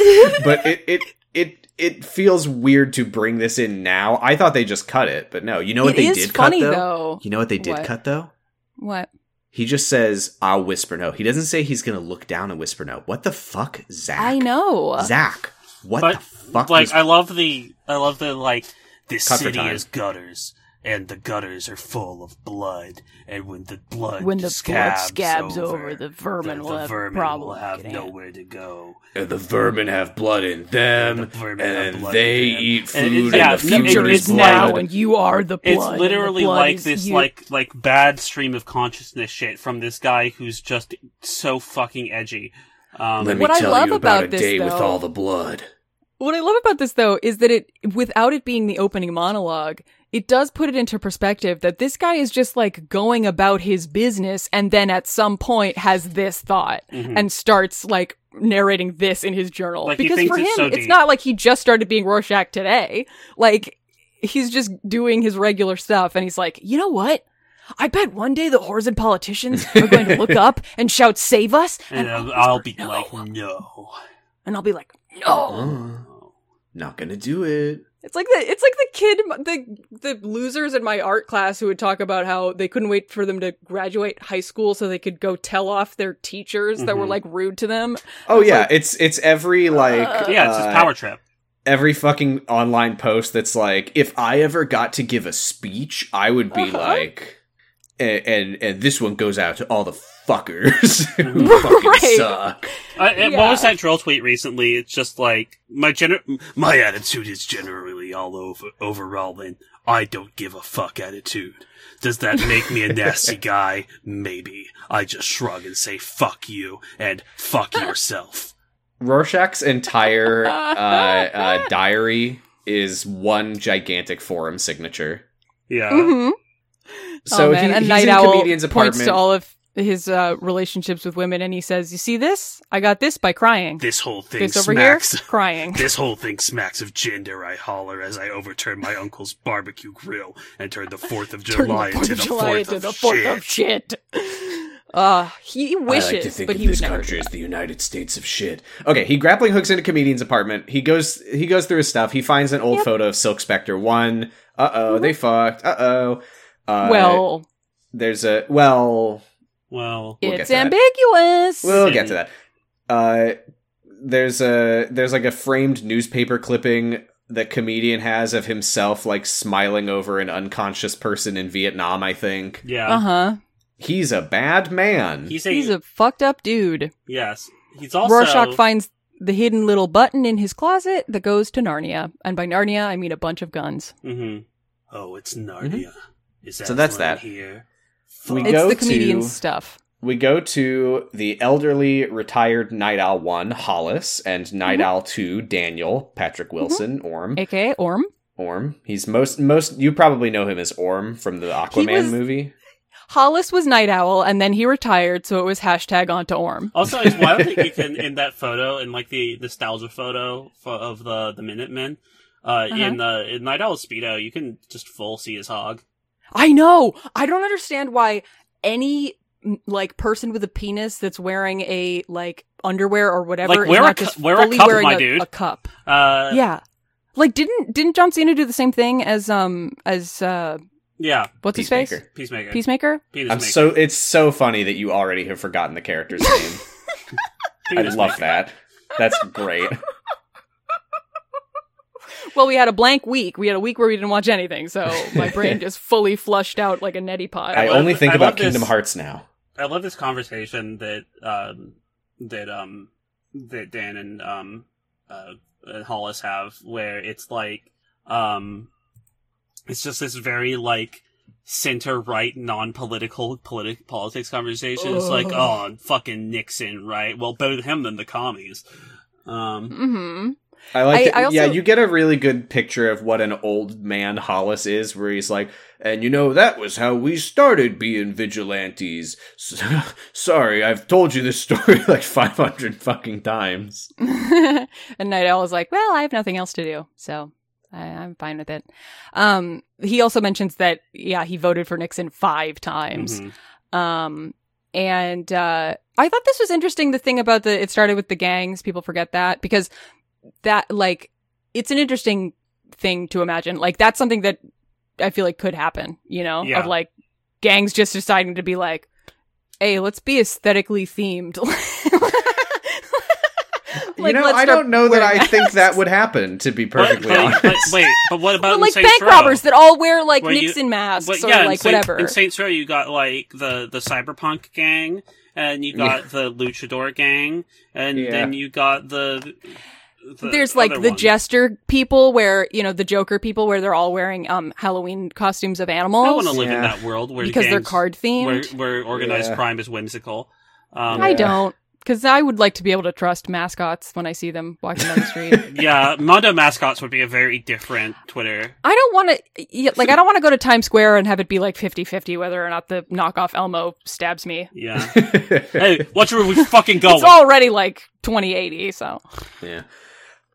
but it it it it feels weird to bring this in now. I thought they just cut it, but no. You know what
It
they
is
did
funny
cut though?
though.
You know what they did
What?
cut though?
What?
He just says, "I'll whisper no." He doesn't say he's gonna look down and whisper no. What the fuck, Zach?
I know.
Zach. What
But,
the fuck?
like
was-
I love the I love the like this
Cut for
city
time.
is gutters and the gutters are full of blood and when the blood
when the blood
scabs,
scabs over,
the-
the vermin
the
will have
vermin
problem
will have
getting out.
nowhere to go.
And the vermin have blood in
The
them,
vermin have
and
blood
they
in them.
eat
And it-
food, and,
yeah,
the
no, it-
future
it's
is
now
blood.
and you are the blood.
It's
and the
literally
blood
like
is
this
you.
like like bad stream of consciousness shit from this guy who's just so fucking edgy. Um,
Let me
What I
tell
love
you about,
about
a
this,
day with
though-
all the blood.
What I love about this though is that it without it being the opening monologue, it does put it into perspective that this guy is just like going about his business and then at some point has this thought
mhm.
and starts like narrating this in his journal.
Like, he
because
thinks
for him,
it's so
it's
deep.
not like he just started being Rorschach today. Like he's just doing his regular stuff and he's like, you know what? I bet one day the whores and politicians are going to look up and shout, save us.
and I'll,
whisper,
I'll be
"No."
like, no,
and I'll be like, no.
Uh, not gonna do it.
It's like the it's like the kid the the losers in my art class who would talk about how they couldn't wait for them to graduate high school so they could go tell off their teachers that
Mm-hmm.
were
Mhm.
like rude to them.
Oh
It's
yeah,
like-
it's it's every like
Uh,
yeah, it's his
uh,
power trip.
every fucking online post that's like, if I ever got to give a speech, I would be
Uh-huh.
like, and, and and this one goes out to all the fuckers who
Mhm.
fucking
Right.
suck.
I, and What
Yeah.
was that drill tweet recently? It's just like my gener- my attitude is generally all over overall, and I don't give a fuck attitude. Does that make me a nasty guy? Maybe I just shrug and say fuck you and fuck yourself.
Rorschach's entire uh, uh, diary is one gigantic forum signature.
Yeah,
Mhm.
So
oh, man.
he,
and
he's
Night
in
Owl
comedian's apartment.
points to all of his uh, relationships with women and he says, "You see this? I got this by crying.
this whole thing
This over here,
smacks.
crying."
This whole thing smacks of gender, I holler as I overturn my uncle's barbecue grill and turn the 4th of
Turn the
July
Fourth
into
of
the
July
4th
into
of
the Fourth
shit.
of shit. Uh, he wishes,
I like to think
but
of
he
this
would never.
country as the United States of shit. Okay, he grappling hooks into comedian's apartment. He goes he goes through his stuff. He finds an old
Yep. Mm-hmm.
photo of Silk Spectre one. Uh oh, they fucked. Uh-oh. Uh
well,
there's a well.
Well,
we'll get
it's
to that.
ambiguous.
We'll get to that. Uh, there's a there's like a framed newspaper clipping that comedian has of himself like smiling over an unconscious person in Vietnam. I think
yeah.
uh huh.
he's a bad man.
He's a,
He's a fucked up dude.
yes. He's also
Rorschach finds the hidden little button in his closet that goes to Narnia, and by Narnia I mean a bunch of guns.
Mhm. Oh, it's Narnia. Is that
Mm-hmm. So that's
Aslan
that.
here?
We
it's
go
the comedian's
to-
stuff.
we go to the elderly retired Night Owl one Hollis and Night
Mhm.
Owl two Daniel Patrick Wilson Orm
AKA Orm.
Orm. He's most most you probably know him as Orm from the Aquaman
was-
movie.
Hollis was Night Owl, and then he retired, so it was hashtag onto Orm.
Also, it's wild that you can in that photo, in like the nostalgia photo fo- of the the Minutemen, uh,
Uh-huh.
in the in Night Owl Speedo, you can just full see his hog.
I know. I don't understand why any m- like person with a penis that's wearing a like underwear or
Like,
whatever is
wear a
not
cu-
just
wear a
fully
cup,
wearing
my
a,
dude.
a cup.
Uh, yeah.
yeah. Like didn't didn't John Cena do the same thing as um as uh what's his face?
Peacemaker.
Peacemaker.
Peacemaker?
Penis
I'm
maker.
so it's so funny that you already have forgotten the character's name. I
Penis
love
maker.
that. That's great.
Well, we had a blank week. We had a week where we didn't watch anything, so my brain just fully flushed out like a neti pot.
I
love-
only think
I love
about Kingdom
this.
Hearts now.
I love this conversation that um, that um, that Dan and um, uh, and Hollis have, where it's like um, it's just this very like center right non political politi- politics conversation. It's like oh
Ugh.
fucking Nixon, right? Well, better him than the commies. Um,
hmm
I like.
I-
it.
I also-
yeah, you get a really good picture of what an old man Hollis is, where he's like, and you know that was how we started being vigilantes. Sorry, I've told you this story like five hundred fucking times.
and Night Owl is like, "Well, I have nothing else to do, so I, I'm fine with it. Um, he also mentions that yeah, he voted for Nixon five times.
Mhm.
Um, and uh, I thought this was interesting. The thing about the it started with the gangs. People forget that because that like it's an interesting thing to imagine. Like that's something that I feel like could happen. You know,
Yeah.
of like gangs just deciding to be like, hey, let's be aesthetically themed.
you
Like,
know,
let's
I
start
don't know that
wearing
I think
masks.
that would happen. To be
But,
perfectly
but, but
honest,
wait, but what about
But
in
like
Saints
bank
Row?
robbers that all wear like
Well, you-
Nixon masks
But
or
yeah, in
like
Saint-
whatever.
In Saints Row, you got like the the cyberpunk gang, and you got the luchador gang, and
Yeah.
then you got the. the
There's like
other
the
one.
jester people where you know the Joker people where they're all wearing um Halloween costumes of
I want to
animals
live in
Yeah.
that world where
because they're
gangs-
card
where,
themed.
where organized
Yeah.
crime is whimsical. Um,
I
Yeah.
don't because I would like to be able to trust mascots when I see them walking down the street.
yeah, Mondo mascots would be a very different Twitter.
I don't want to like I don't want to go to Times Square and have it be like 50-50 whether or not the knockoff Elmo stabs me.
Yeah. hey, watch where we fucking going.
It's already like 2080, so
yeah.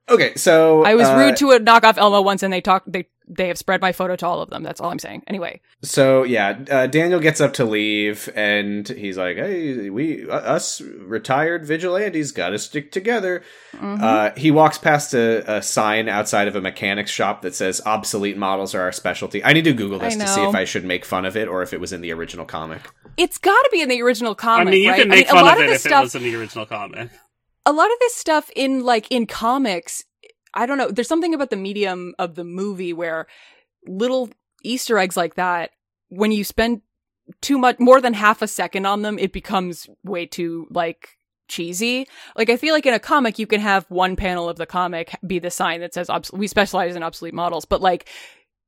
Okay, so
I was
uh,
rude to a knockoff Elmo once, and they talk. They they have spread my photo to all of them. That's all I'm saying. Anyway,
So yeah, uh, Daniel gets up to leave, and he's like, "Hey, we uh, us retired vigilantes got to stick together."
Mm-hmm.
Uh, he walks past a, a sign outside of a mechanics shop that says "Obsolete models are our specialty." I need to Google
I
this to see
know.
if I should make fun of it or if it was in the original comic.
it's got to be in the original
I
comic.
mean, you
right?
can make
I mean, a
fun
lot
of it
this
if
stuff,
it was in the original comic.
A lot of this stuff in like in comics, I don't know. There's something about the medium of the movie where little Easter eggs like that, when you spend too much more than half a second on them, it becomes way too like cheesy. Like I feel like in a comic you can have one panel of the comic be the sign that says obs- we specialize in obsolete models, but like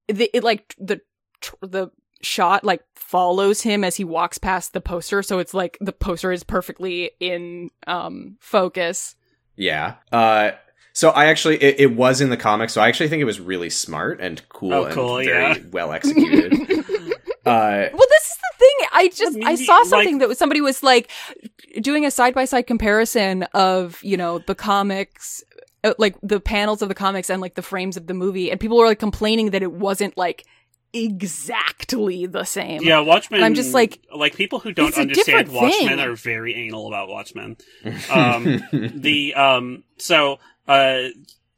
the it like the tr- the shot like follows him as he walks past the poster, so it's like the poster is perfectly in um focus.
Yeah. Uh, so I actually it, it was in the comic, so I actually think it was really smart and cool,
Oh, cool,
and very
yeah.
well
well,
executed. uh,
this is the thing. I just
Well,
I
maybe,
saw
like-
something that was somebody was like doing a side by side comparison of you know the comics. uh, Like the panels of the comics and like the frames of the movie, and people were like complaining that it wasn't like exactly the same.
Yeah, Watchmen.
And I'm just like,
like people who don't
it's a
understand
different
Watchmen
thing.
are very anal about Watchmen. Um, the um, so uh,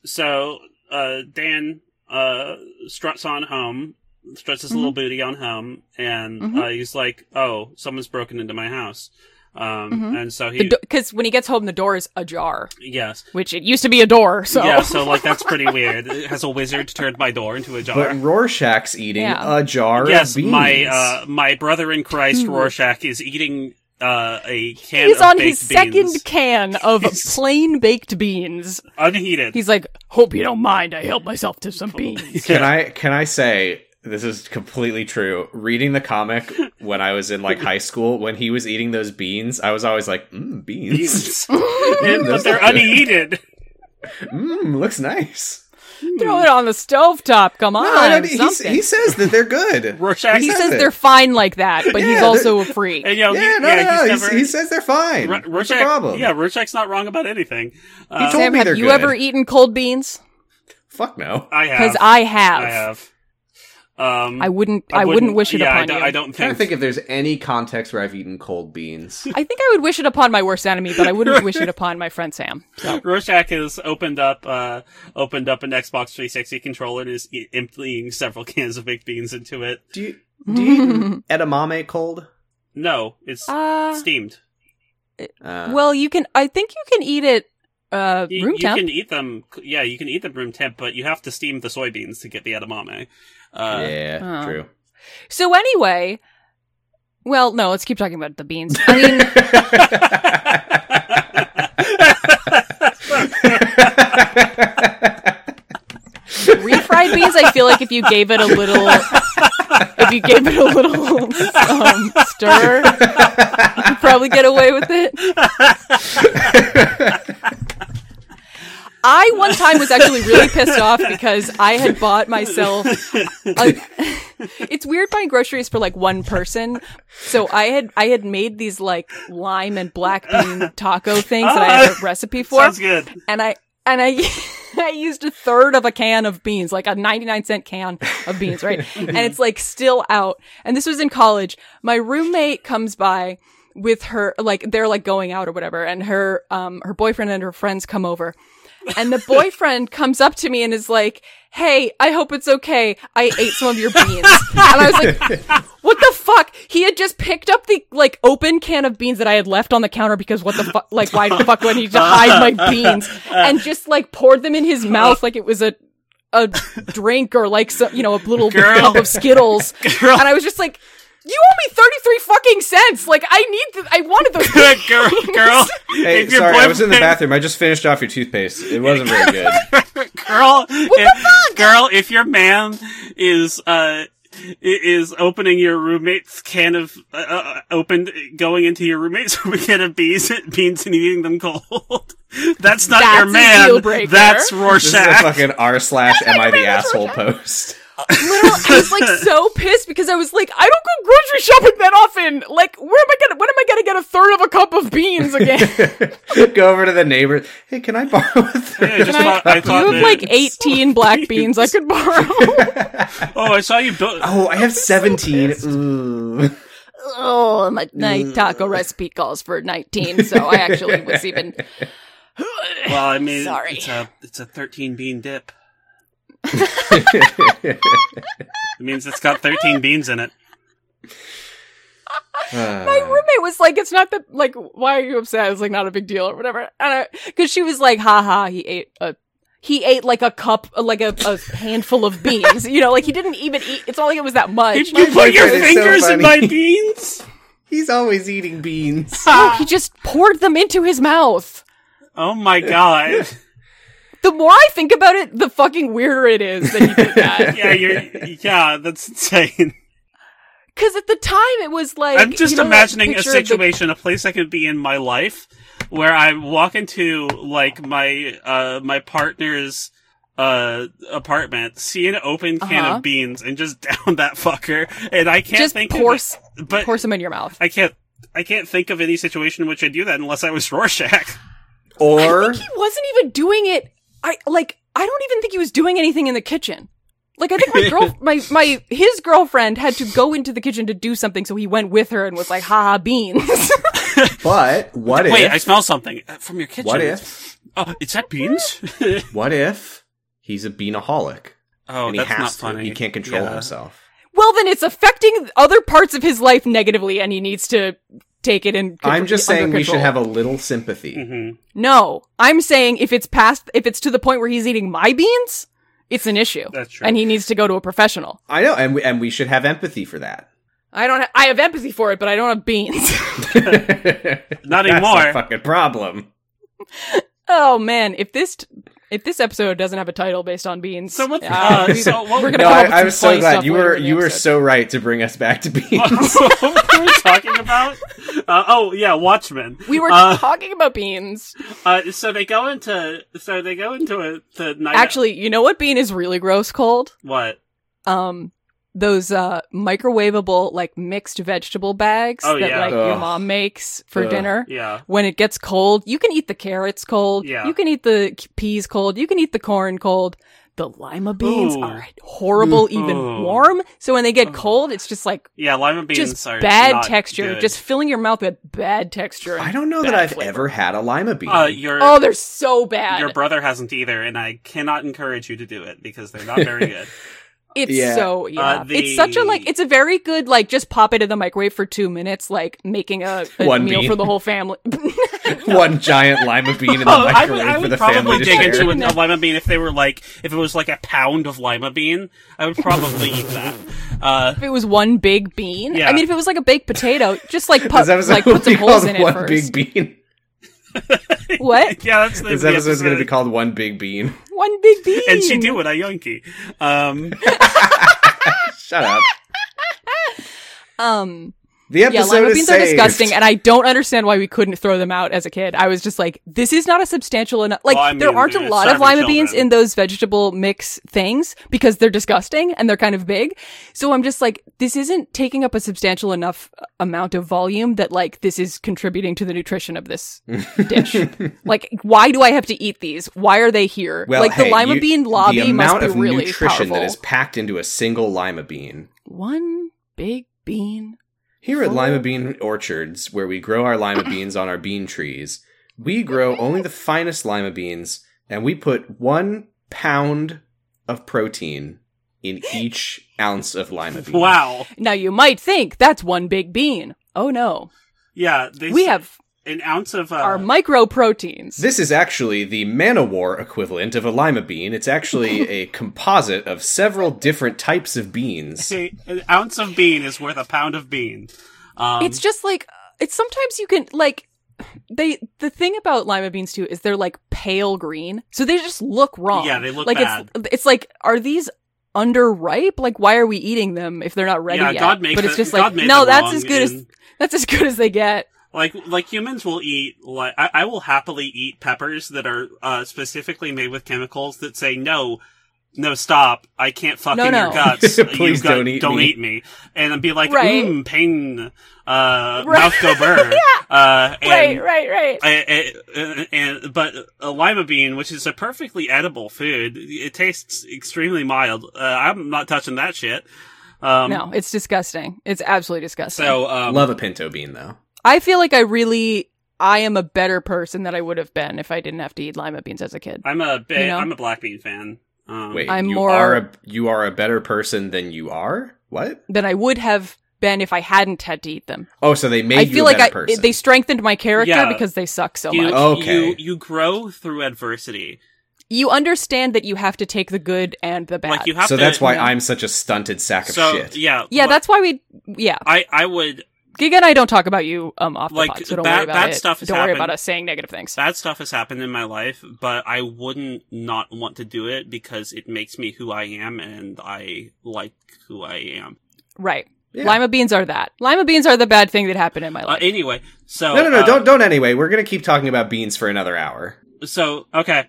so uh, Dan uh struts on home, struts his
Mm-hmm.
little booty on home, and
Mhm.
uh, he's like, "Oh, someone's broken into my house." Um,
Mhm.
and so he,
because when he gets home, the door is ajar,
yes,
which it used to be a door. So
yeah, so like that's pretty weird. Has a wizard turned my door into a jar?
but Rorschach's eating
Yeah.
a jar
yes,
of beans.
my uh, my brother in Christ,
Hmm.
Rorschach, is eating uh, a can
he's
of
on
baked
his
beans,
second can of
He's-
plain baked beans.
unheated.
He's like, hope you don't mind. I helped myself to some beans.
Can I can I say this is completely true? Reading the comic when I was in like high school, when he was eating those beans, I was always like, mm, beans.
Beans. And- but
Those
they're
are good.
unheated.
Mmm, looks nice.
Throw it on the stovetop. Come on.
No, I don't- he,
something.
he says that they're good.
Rorschach.
he
says
says
it.
they're fine like that, but he's
Yeah,
also a freak.
And, you know, he-
yeah, no, no,
he's
no. he's-
never-
he says they're fine.
Ro-
What's the
Rorschach.
problem?
Yeah, Rorschach's not wrong about anything. Uh,
told
Sam,
me
have
they're
you
good.
ever eaten cold beans?
Fuck no.
I
Because
have.
I have.
I have. Um,
I wouldn't. I, wouldn't, wish it
yeah, I
upon
don't-
you.
I don't
trying
think.
to think if there's any context where I've eaten cold beans.
I think I would wish it upon my worst enemy, but I wouldn't wish it upon my friend Sam. So
Rorschach has opened up uh, opened up an Xbox 360 controller and is e- emptying several cans of baked beans into it.
Do you do you eat edamame cold?
No, it's
Uh,
steamed.
Uh,
well, you can. I think you can eat it uh,
You,
room
you
temp.
can eat them. Yeah, you can eat them room temp, but you have to steam the soybeans to get the edamame. Uh,
yeah,
uh.
true.
So anyway, well, no, let's keep talking about the beans. I mean, refried beans. I feel like if you gave it a little, if you gave it a little um, stir, you probably get away with it. I one time was actually really pissed off because I had bought myself. a- it's weird buying groceries for like one person, so I had I had made these like lime and black bean taco things that I had a recipe for
Sounds good.
and I and I I used a third of a can of beans, like a 99 cent can of beans, right? and it's like still out. And this was in college. My roommate comes by with her like they're like going out or whatever and her um her boyfriend and her friends come over. And the boyfriend comes up to me and is like, "Hey, I hope it's okay. I ate some of your beans." and I was like, "What the fuck?" He had just picked up the like open can of beans that I had left on the counter because what the fuck? Like, why the fuck would he to hide my beans? And just like poured them in his mouth like it was a a drink or like some you know a little
Girl.
cup of Skittles.
Girl.
And I was just like. You owe me thirty three fucking cents. Like I need, th- I wanted those.
Good girl, girl.
Hey,
If your
sorry, I was in the
boyfriend-
bathroom. I just finished off your toothpaste. It wasn't very good.
girl, if, girl, if your man is uh i- is opening your roommate's can of uh, uh, opened going into your roommate's can of beans beans and eating them cold. That's not
That's
your
a
man.
deal breaker.
That's
This is a
Rorschach.
fucking r slash am I the asshole post.
literal- I was like so pissed because I was like, I don't go grocery shopping that often. Like, where am I gonna? When am I gonna get a third of a cup of beans again?
Go over to the neighbor. Hey, can I borrow a third?
I just thought, I thought
you have
that-
like eighteen black beans I could borrow.
oh, I saw you built.
Oh, I have seventeen. Ooh.
oh, my night taco recipe calls for nineteen, so I actually was even.
Well, I mean,
Sorry.
it's a it's a thirteen bean dip. It means it's got thirteen beans in it.
My
Uh.
roommate was like, "It's not that. Like, why are you upset? It's like not a big deal or whatever." And because she was like, "Ha ha, he ate a." He ate like a cup, like a, a handful of beans. You know, like he didn't even eat. It's not like it was that much.
Did you put
boyfriend
your
is so
fingers
funny.
in my beans?
He's always eating beans.
Ah.
No, he just poured them into his mouth.
Oh my god.
The more I think about it, the fucking weirder it is that he did that.
Yeah, you're yeah, that's insane.
Because at the time, it was like
I'm just
you know that
imagining a
picture of the-
situation, a place I could be in my life where I walk into like my uh my partner's uh apartment, see an open can
Uh-huh.
of beans and just down that fucker and I can't
just
think
pour,
of
s-
it, but
pour some in your mouth.
I can't I can't think of any situation in which I do that unless I was Rorschach.
Or
I think he wasn't even doing it. I like. I don't even think he was doing anything in the kitchen. Like I think my girl, my my his girlfriend had to go into the kitchen to do something, so he went with her and was like, "Ha ha, beans."
but what
Wait,
if
I smell something uh, from your kitchen.
what if
Oh, is that beans?
what if he's a beanaholic
oh,
and he
that's
has
not
to.
funny.
He can't control
Yeah.
himself.
well, then it's affecting other parts of his life negatively, and he needs to take it in.
I'm just
under
saying we should
control.
have a little sympathy.
Mhm.
No, I'm saying if it's past, if it's to the point where he's eating my beans, it's an issue,
That's true.
and he needs to go to a professional.
I know, and we, and we should have empathy for that.
I don't. Ha- I have empathy for it, but I don't have beans.
Not
That's
anymore.
a fucking problem.
oh man, if this t- if this episode doesn't have a title based on beans,
So what's-
uh,
uh, so what-
we're
No,
gonna come
I,
up with
I
some
was so
funny
glad
stuff
you
later
were
in the
you were
episode.
so right to bring us back to beans.
what were we talking about? Uh, oh yeah, Watchmen.
We were
Uh,
talking about beans.
uh, so they go into so they go into a the night.
Actually, you know what bean is really gross cold?
what?
Um, those uh microwavable like mixed vegetable bags
Oh,
that
yeah.
like your
Ugh.
mom makes for
Ugh.
dinner.
Yeah.
when it gets cold, you can eat the carrots cold.
Yeah.
You can eat the k- peas cold. You can eat the corn cold. The lima beans
Ooh.
are horrible, even
Ooh.
warm. So when they get
Ugh.
cold, it's just like
Yeah, lima beans
just
are
bad
not
texture,
good.
just filling your mouth with bad texture. and
I don't know that
bad
I've
flavor.
ever had a lima bean.
uh, your
Oh, they're so bad.
your brother hasn't either, and I cannot encourage you to do it because they're not very good.
it's
Yeah.
so yeah.
Uh, the-
It's such a like. It's a very good like. Just pop it in the microwave for two minutes, like making a, a
One
meal
bean.
for the whole family.
One giant lima bean in the
Oh, I would,
microwave
I
for
would
the
probably
family to
dig
share.
into a, a lima bean if they were like if it was like a pound of lima bean. I would probably eat that. Uh,
if it was one big bean,
Yeah.
I mean, if it was like a baked potato, just like put
This episode
like
will
put some
be
holes
called
in it
one
first.
big bean.
What?
yeah, that's the
This
the
episode's going to
episode.
be called one big bean.
One big bean.
And she do it a yonky. Um,
Shut up.
Um,
The episode
yeah, lima
is
beans
saved.
are disgusting, and I don't understand why we couldn't throw them out as a kid. I was just like, this is not a substantial enough. Like,
Well, I
there
mean,
aren't a
it's
lot of
serving
lima beans
children.
in those vegetable mix things because they're disgusting and they're kind of big. So I'm just like, this isn't taking up a substantial enough uh, amount of volume that like this is contributing to the nutrition of this dish. like, why do I have to eat these? Why are they here?
well,
like
hey,
the lima
you-
bean lobby
the amount
must be
of
really
nutrition
powerful.
that is packed into a single lima bean.
One big bean.
Here at
Full-
Lima Bean Orchards, where we grow our lima beans on our bean trees, we grow only the finest lima beans, and we put one pound of protein in each ounce of lima bean.
Wow.
Now you might think that's one big bean. Oh no.
Yeah, they
We
s-
have
an ounce of uh,
our microproteins.
This is actually the Manowar equivalent of a lima bean. It's actually a composite of several different types of beans.
See, an ounce of bean is worth a pound of bean. Um,
it's just like uh, it's sometimes you can like they the thing about lima beans too is they're like pale green. So they just look wrong.
Yeah, they look
like it's it's like are these underripe? Like why are we eating them if they're not ready
yeah,
yet?
God makes
but it's
it-
just
God
like
made
no,
them
that's
wrong
as good as
in-
that's as good as they get.
like like humans will eat like I, I will happily eat peppers that are uh, specifically made with chemicals that say no. No, stop! I can't fucking
No, no.
your guts. You
Please
gut-
don't eat
don't
me.
eat me, and I'd be like,
Right.
mm, pain, uh, mouth
Right.
go burr, uh, and,
right, right, right.
I, I, and but a lima bean, which is a perfectly edible food, it tastes extremely mild. Uh, I'm not touching that shit. Um,
no, it's disgusting. It's absolutely disgusting.
So um,
Love a pinto bean, though.
I feel like I really I am a better person than I would have been if I didn't have to eat lima beans as a kid.
I'm a ba-
You know?
I'm a black bean fan. Um,
Wait,
I'm
you
more-
are a, you are a better person than you are. What?
Than I would have been if I hadn't had to eat them.
Oh, so they made
I
you
feel
a
like
better
I
person.
they strengthened my character
Yeah.
because they suck so
you,
much.
Okay.
you you grow through adversity.
You understand that you have to take the good and the bad.
Like you have
so
to.
that's why
Yeah.
I'm such a stunted sack of
so
shit.
yeah
yeah,
what-
that's why we. Yeah,
I I would
Giga and I don't talk about you um off
Like,
the pod, so don't
bad-
worry about
bad
it.
stuff has
don't worry about
happened.
us saying negative things.
Bad stuff has happened in my life, but I wouldn't not want to do it because it makes me who I am, and I like who I am.
Right.
Yeah.
Lima beans are that. Lima beans are the bad thing that happened in my
Uh,
life.
anyway, so
no, no, no!
uh,
don't, don't. Anyway, we're gonna keep talking about beans for another hour.
So okay,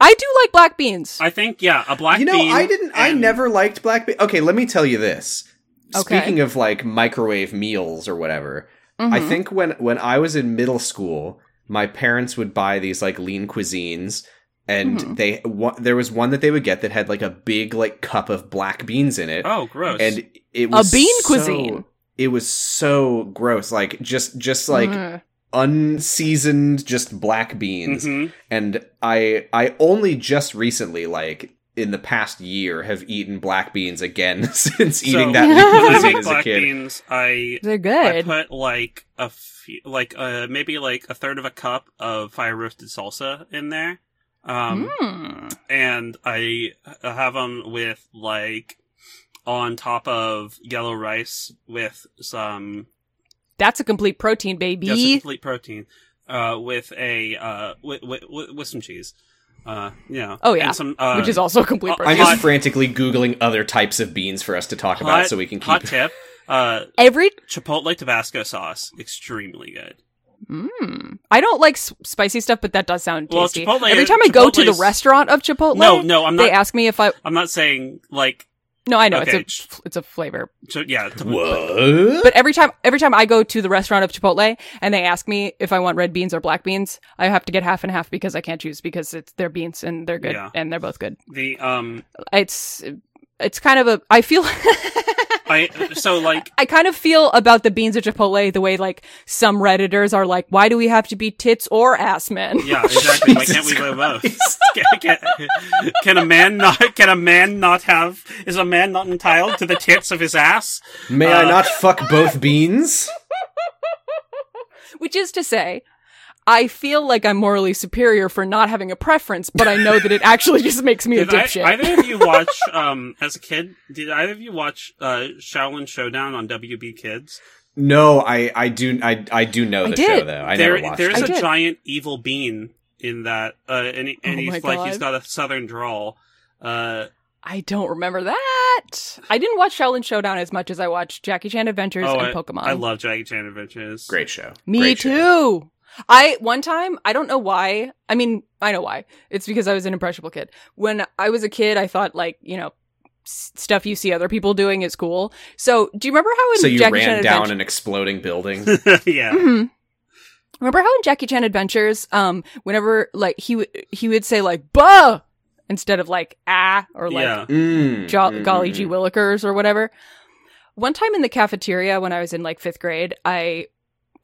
I do like black beans.
I think yeah, a black.
you know,
bean
I didn't. I
and-
never liked black bean. Okay, let me tell you this.
Okay.
Speaking of like microwave meals or whatever, I
Mhm.
think when when I was in middle school, my parents would buy these like lean cuisines, and
Mhm.
they one, there was one that they would get that had like a big like cup of black beans in it,
Oh, gross!
and it was
bean
so-
cuisine.
It was so gross, like just just like
Mm.
unseasoned, just black beans
Mhm.
and i i only just recently like in the past year have eaten black beans again since eating
So,
that
lean
when I
leek
make
cuisine as a
black
kid
beans, I
they're
I
good.
put like a few, like uh maybe like a third of a cup of fire roasted salsa in there, um,
Mm.
and I have them with like on top of yellow rice with some
That's a complete protein, baby.
yes, a complete protein, uh, with a uh with with, with, with some cheese, uh yeah
Oh, yeah.
and some uh,
which is also a complete
I-
protein.
i'm just
Hot-
frantically googling other types of beans for us to talk about
Hot-
so we can keep
hot tip uh
Every
chipotle tabasco sauce extremely good
Mm. I don't like s- spicy stuff, but that does sound
Well,
tasty.
Chipotle-
Every time I go to the
Chipotle's-
restaurant of Chipotle,
no no i'm
they
not
ask me if I.
i'm not saying like
No, I know
Okay.
it's a it's a flavor,
so, yeah to-
what
but every time every time I go to the restaurant of Chipotle and they ask me if I want red beans or black beans, I have to get half and half because I can't choose because it's they're beans and they're good
Yeah.
and they're both good.
the um
It's it's kind of a I feel.
i so like
I kind of feel about the beans at Chipotle the way like some redditors are like, why do we have to be tits or ass men?
yeah exactly why
Jesus
can't we go both can, can- can a man not can a man not have is a man not entitled to the tits of his ass
may i
Uh,
not fuck both beans
Which is to say, I feel like I'm morally superior for not having a preference, but I know that it actually just makes me a
Did I-
dipshit.
either of you watch, um, as a kid, did either of you watch uh, Shaolin Showdown on WB Kids?
no i i do i i do know
I
the
did.
show though i
there,
never watched
there's
I
a
it
did.
giant evil bean in that, uh, and, he, and
Oh my
he's like, he's
God.
got a southern drawl. Uh,
I don't remember that. yet. I didn't watch Shaolin Showdown as much as I watched Jackie Chan Adventures
Oh,
and Pokemon.
I love Jackie Chan Adventures.
Great show.
Me
Great
too.
show.
I one time, I don't know why. I mean, I know why. It's because I was an impressionable kid. When I was a kid, I thought like, you know, s- stuff you see other people doing is cool. So, do you remember how in
So you
Jackie
ran
Chan
down
Adventures-
an exploding building.
yeah.
Mhm. Remember how in Jackie Chan Adventures, um, whenever like he would he would say like "buh" instead of like "ah" or like
yeah.
Mm,
jo-
Mm-hmm,
mm,
Golly
mm,
G
mm.
Willikers or whatever. One time in the cafeteria when I was in like fifth grade, I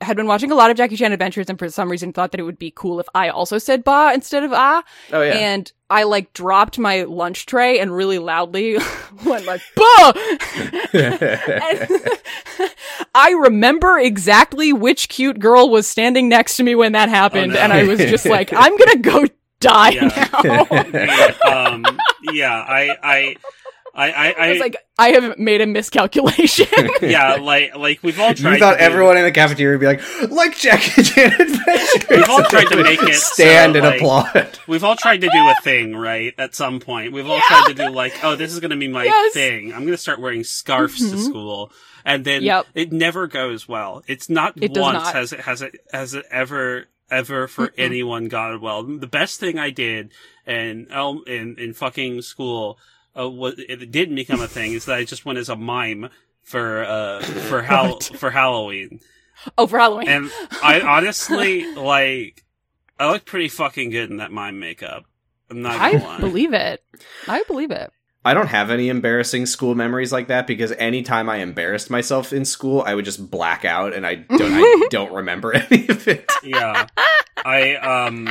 had been watching a lot of Jackie Chan Adventures and for some reason thought that it would be cool if I also said "bah" instead of "ah,"
Oh yeah.
and I like dropped my lunch tray and really loudly went like "bah." And I remember exactly which cute girl was standing next to me when that happened,
Oh, no.
and I was just like, "I'm gonna go die
Yeah.
now."
Yeah, um, yeah, I, I, I, I,
I
I
was like, "I have made a miscalculation."
yeah, like, like we've all tried.
you thought
to do-
everyone in the cafeteria would be like, like Jackie Chan Adventures.
We've all tried to make it
stand
so,
and
like-
applaud.
We've all tried to do a thing, right? At some point, we've all
Yeah.
tried to do like, oh, this is going to be my
Yes.
thing. I'm going to start wearing scarves to
Mhm.
school, and then
Yep.
it never goes well. It's not
It does
once
not.
has it has it has it ever ever for
Mm-mm.
anyone gone well. The best thing I did in elm in in fucking school uh, was it didn't become a thing is that I just went as a mime for uh for how for Halloween.
oh, for Halloween.
And I honestly like I look pretty fucking good in that mime makeup. I'm not gonna
I
lie.
believe it. I believe it.
I don't have any embarrassing school memories like that because anytime I embarrassed myself in school, I would just black out and I don't I don't remember any of it.
yeah. I um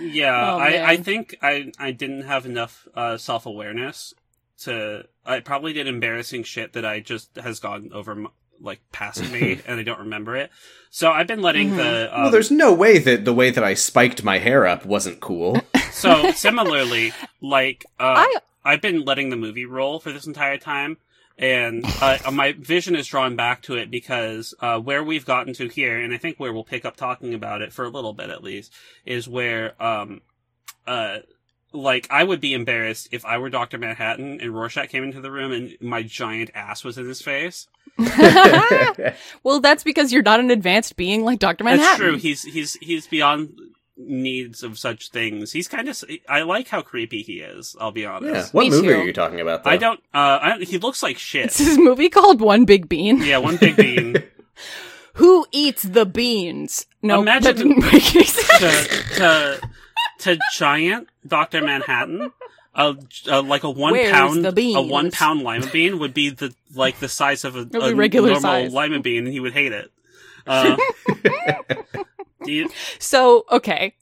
yeah,
Oh, man.
I, I think I I didn't have enough uh self awareness to I probably did embarrassing shit that I just has gone over m- like past me and I don't remember it. So I've been letting
Mm-hmm.
the um,
well, there's no way that the way that I spiked my hair up wasn't cool.
so similarly like uh
I
I've been letting the movie roll for this entire time, and uh, my vision is drawn back to it because uh, where we've gotten to here, and I think where we'll pick up talking about it for a little bit at least, is where, um, uh, like I would be embarrassed if I were Doctor Manhattan and Rorschach came into the room and my giant ass was in his face.
well, that's because you're not an advanced being like Doctor Manhattan.
That's true. He's he's he's beyond needs of such things. He's kind of. I like how creepy he is. I'll be honest.
yeah. What
Me
movie
too.
are you talking about? Though?
I don't. Uh, I don't, he looks like shit.
It's this movie called One Big Bean.
Yeah, one big bean.
Who eats the beans? No,
Imagine-
that didn't make any sense.
to to, to giant Doctor Manhattan. A, a, like a one
Where's
pound-
the
a
beans?
one pound lima bean would be the like the size of a,
be
a
regular
normal
size.
lima bean, and he would hate it. Uh, do you-
So, okay.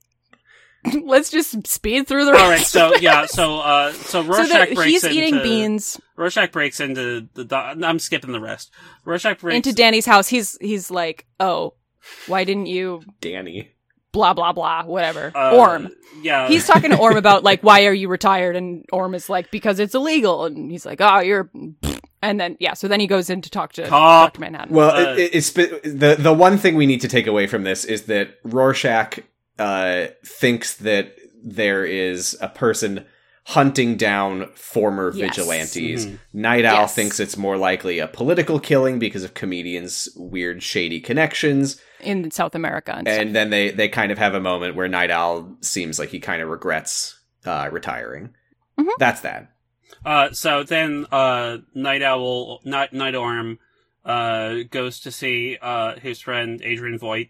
Let's just speed through the rest.
all right, so yeah, so uh, so
So
Rorschach
that
breaks
he's
into
eating beans
Rorschach breaks into the. Do- I'm skipping the rest. Rorschach breaks
into Danny's house. He's he's like, "Oh, why didn't you
Danny.
blah blah blah whatever?"
uh,
Orm.
Yeah,
He's talking to Orm about like, "Why are you retired?" And Orm is like, "Because it's illegal." And he's like, "Oh, you're," and then yeah. So then he goes in to talk to
Cop.
Doctor Manhattan.
Well,
Uh,
it, it, it's the the one thing we need to take away from this is that Rorschach uh, thinks that there is a person hunting down former
Yes.
vigilantes.
Mhm.
Night Owl
Yes.
thinks it's more likely a political killing because of comedians' weird shady connections,
in South America and, stuff.
and then they they kind of have a moment where Night Owl seems like he kind of regrets uh, retiring.
Mhm.
That's that.
Uh, so then, uh, Night Owl, Night, Night Orm, uh, goes to see, uh, his friend Adrian Voight,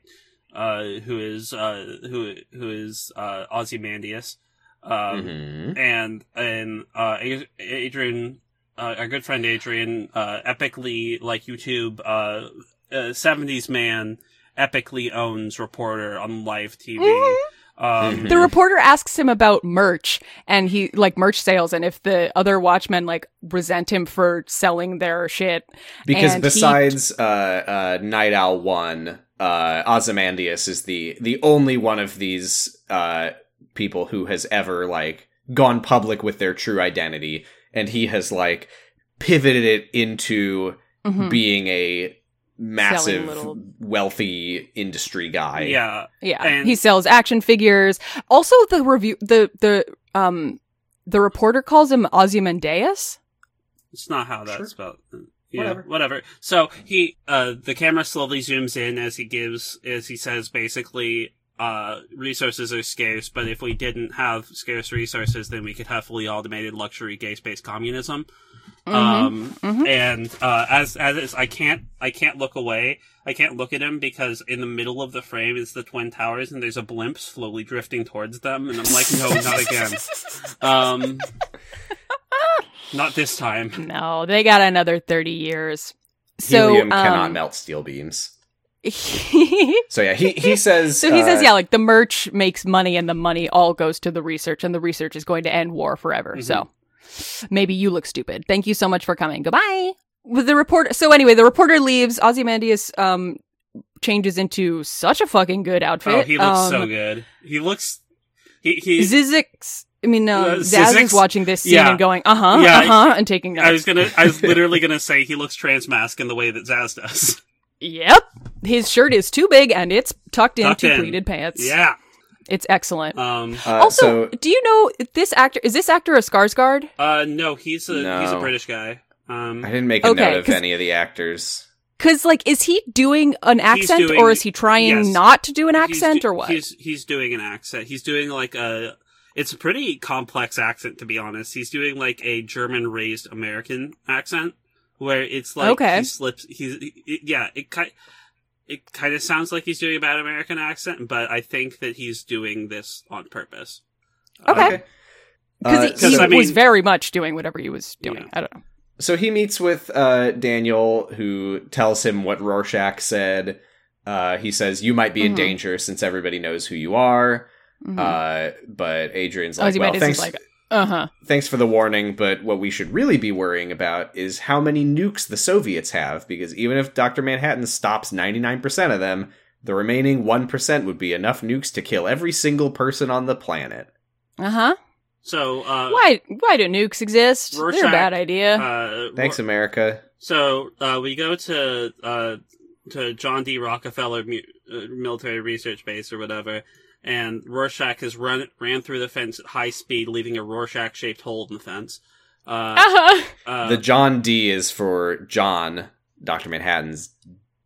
uh, who is, uh, who, who is, uh, Ozymandias. Um,
Mhm.
and, and, uh, A- Adrian, uh, our good friend Adrian, uh, epically, like YouTube, uh, uh, 70s man, epically owns reporter on live TV. Um,
The reporter asks him about merch and he like merch sales and if the other watchmen like resent him for selling their shit.
Because
And he-
besides uh, uh, Night Owl One, uh, Ozymandias is the the only one of these uh, people who has ever like gone public with their true identity, and he has like pivoted it into
Mhm.
being a massive,
little-
wealthy industry guy.
yeah.
yeah.
and-
he sells action figures. Also the review the the um the reporter calls him Ozymandias.
It's not how that's
Sure.
spelled. Yeah,
Whatever.
whatever. So he, uh, the camera slowly zooms in as he gives, as he says, basically, uh, resources are scarce, but if we didn't have scarce resources, then we could have fully automated luxury gay space communism.
Mm-hmm.
Um,
mhm.
and, uh, as, as is, I can't, I can't look away. I can't look at him because in the middle of the frame is the Twin Towers and there's a blimp slowly drifting towards them. And I'm like, no, not again. Um, not this time.
Mm-hmm. no, they got another 30 years. So,
Helium cannot
um,
melt steel beams.
so
So yeah, he he says.
he
uh,
says, yeah, like the merch makes money and the money all goes to the research and the research is going to end war forever.
Mm-hmm.
So maybe you look stupid. Thank you so much for coming. Goodbye. With the reporter. So anyway, the reporter leaves. Ozymandias um, changes into such a fucking good outfit.
Oh, he looks
um,
so good. He looks. He, he
Zizix. I mean, no,
Uh,
Zaz
Zizix?
is watching this scene
Yeah.
and going, uh huh,
Yeah,
uh huh, and taking notes.
I was gonna. I was literally gonna say he looks transmask in the way that Zaz does.
Yep. His shirt is too big and it's tucked into
Tucked in.
pleated pants.
yeah.
It's excellent.
Um.
uh,
also,
so-
do you know this actor? Is this actor a Skarsgård?
Uh. No. He's a. He's a
No.
British guy.
I
Um.
didn't make a
Okay,
note of
'cause-
any of the actors.
Because, like, is he doing an accent
doing-
or is he trying
yes.
not to do an
he's
accent
do-
or what?
He's he's doing an accent. He's doing like a. It's a pretty complex accent to be honest. He's doing like a German raised American accent where it's like
Okay.
he slips. He's it- yeah. It kind. It kind of sounds like he's doing a bad American accent, but I think that he's doing this on purpose.
Okay.
Uh,
Because he,
so-
he
I mean-
was very much doing whatever he was doing.
Yeah.
I don't know.
So he meets with uh, Daniel, who tells him what Rorschach said. Uh, he says, "You might be in
Mhm.
danger since everybody knows who you are."
Mhm.
Uh, but Adrian's like, "Well,
Ozymandias
thanks,
is like, uh huh.
thanks for the warning, but what we should really be worrying about is how many nukes the Soviets have, because even if Doctor Manhattan stops ninety nine percent of them, the remaining one percent would be enough nukes to kill every single person on the planet."
Uh huh.
So uh,
Why? Why do nukes exist? They're
Rorschach,
a bad idea.
Uh,
Thanks,
Ro-
America.
so uh, we go to uh, to John D. Rockefeller mu- uh, Military Research Base or whatever, and Rorschach has run ran through the fence at high speed, leaving a Rorschach shaped hole in the fence. Uh,
Uh-huh.
uh,
the John D is for John, Doctor Manhattan's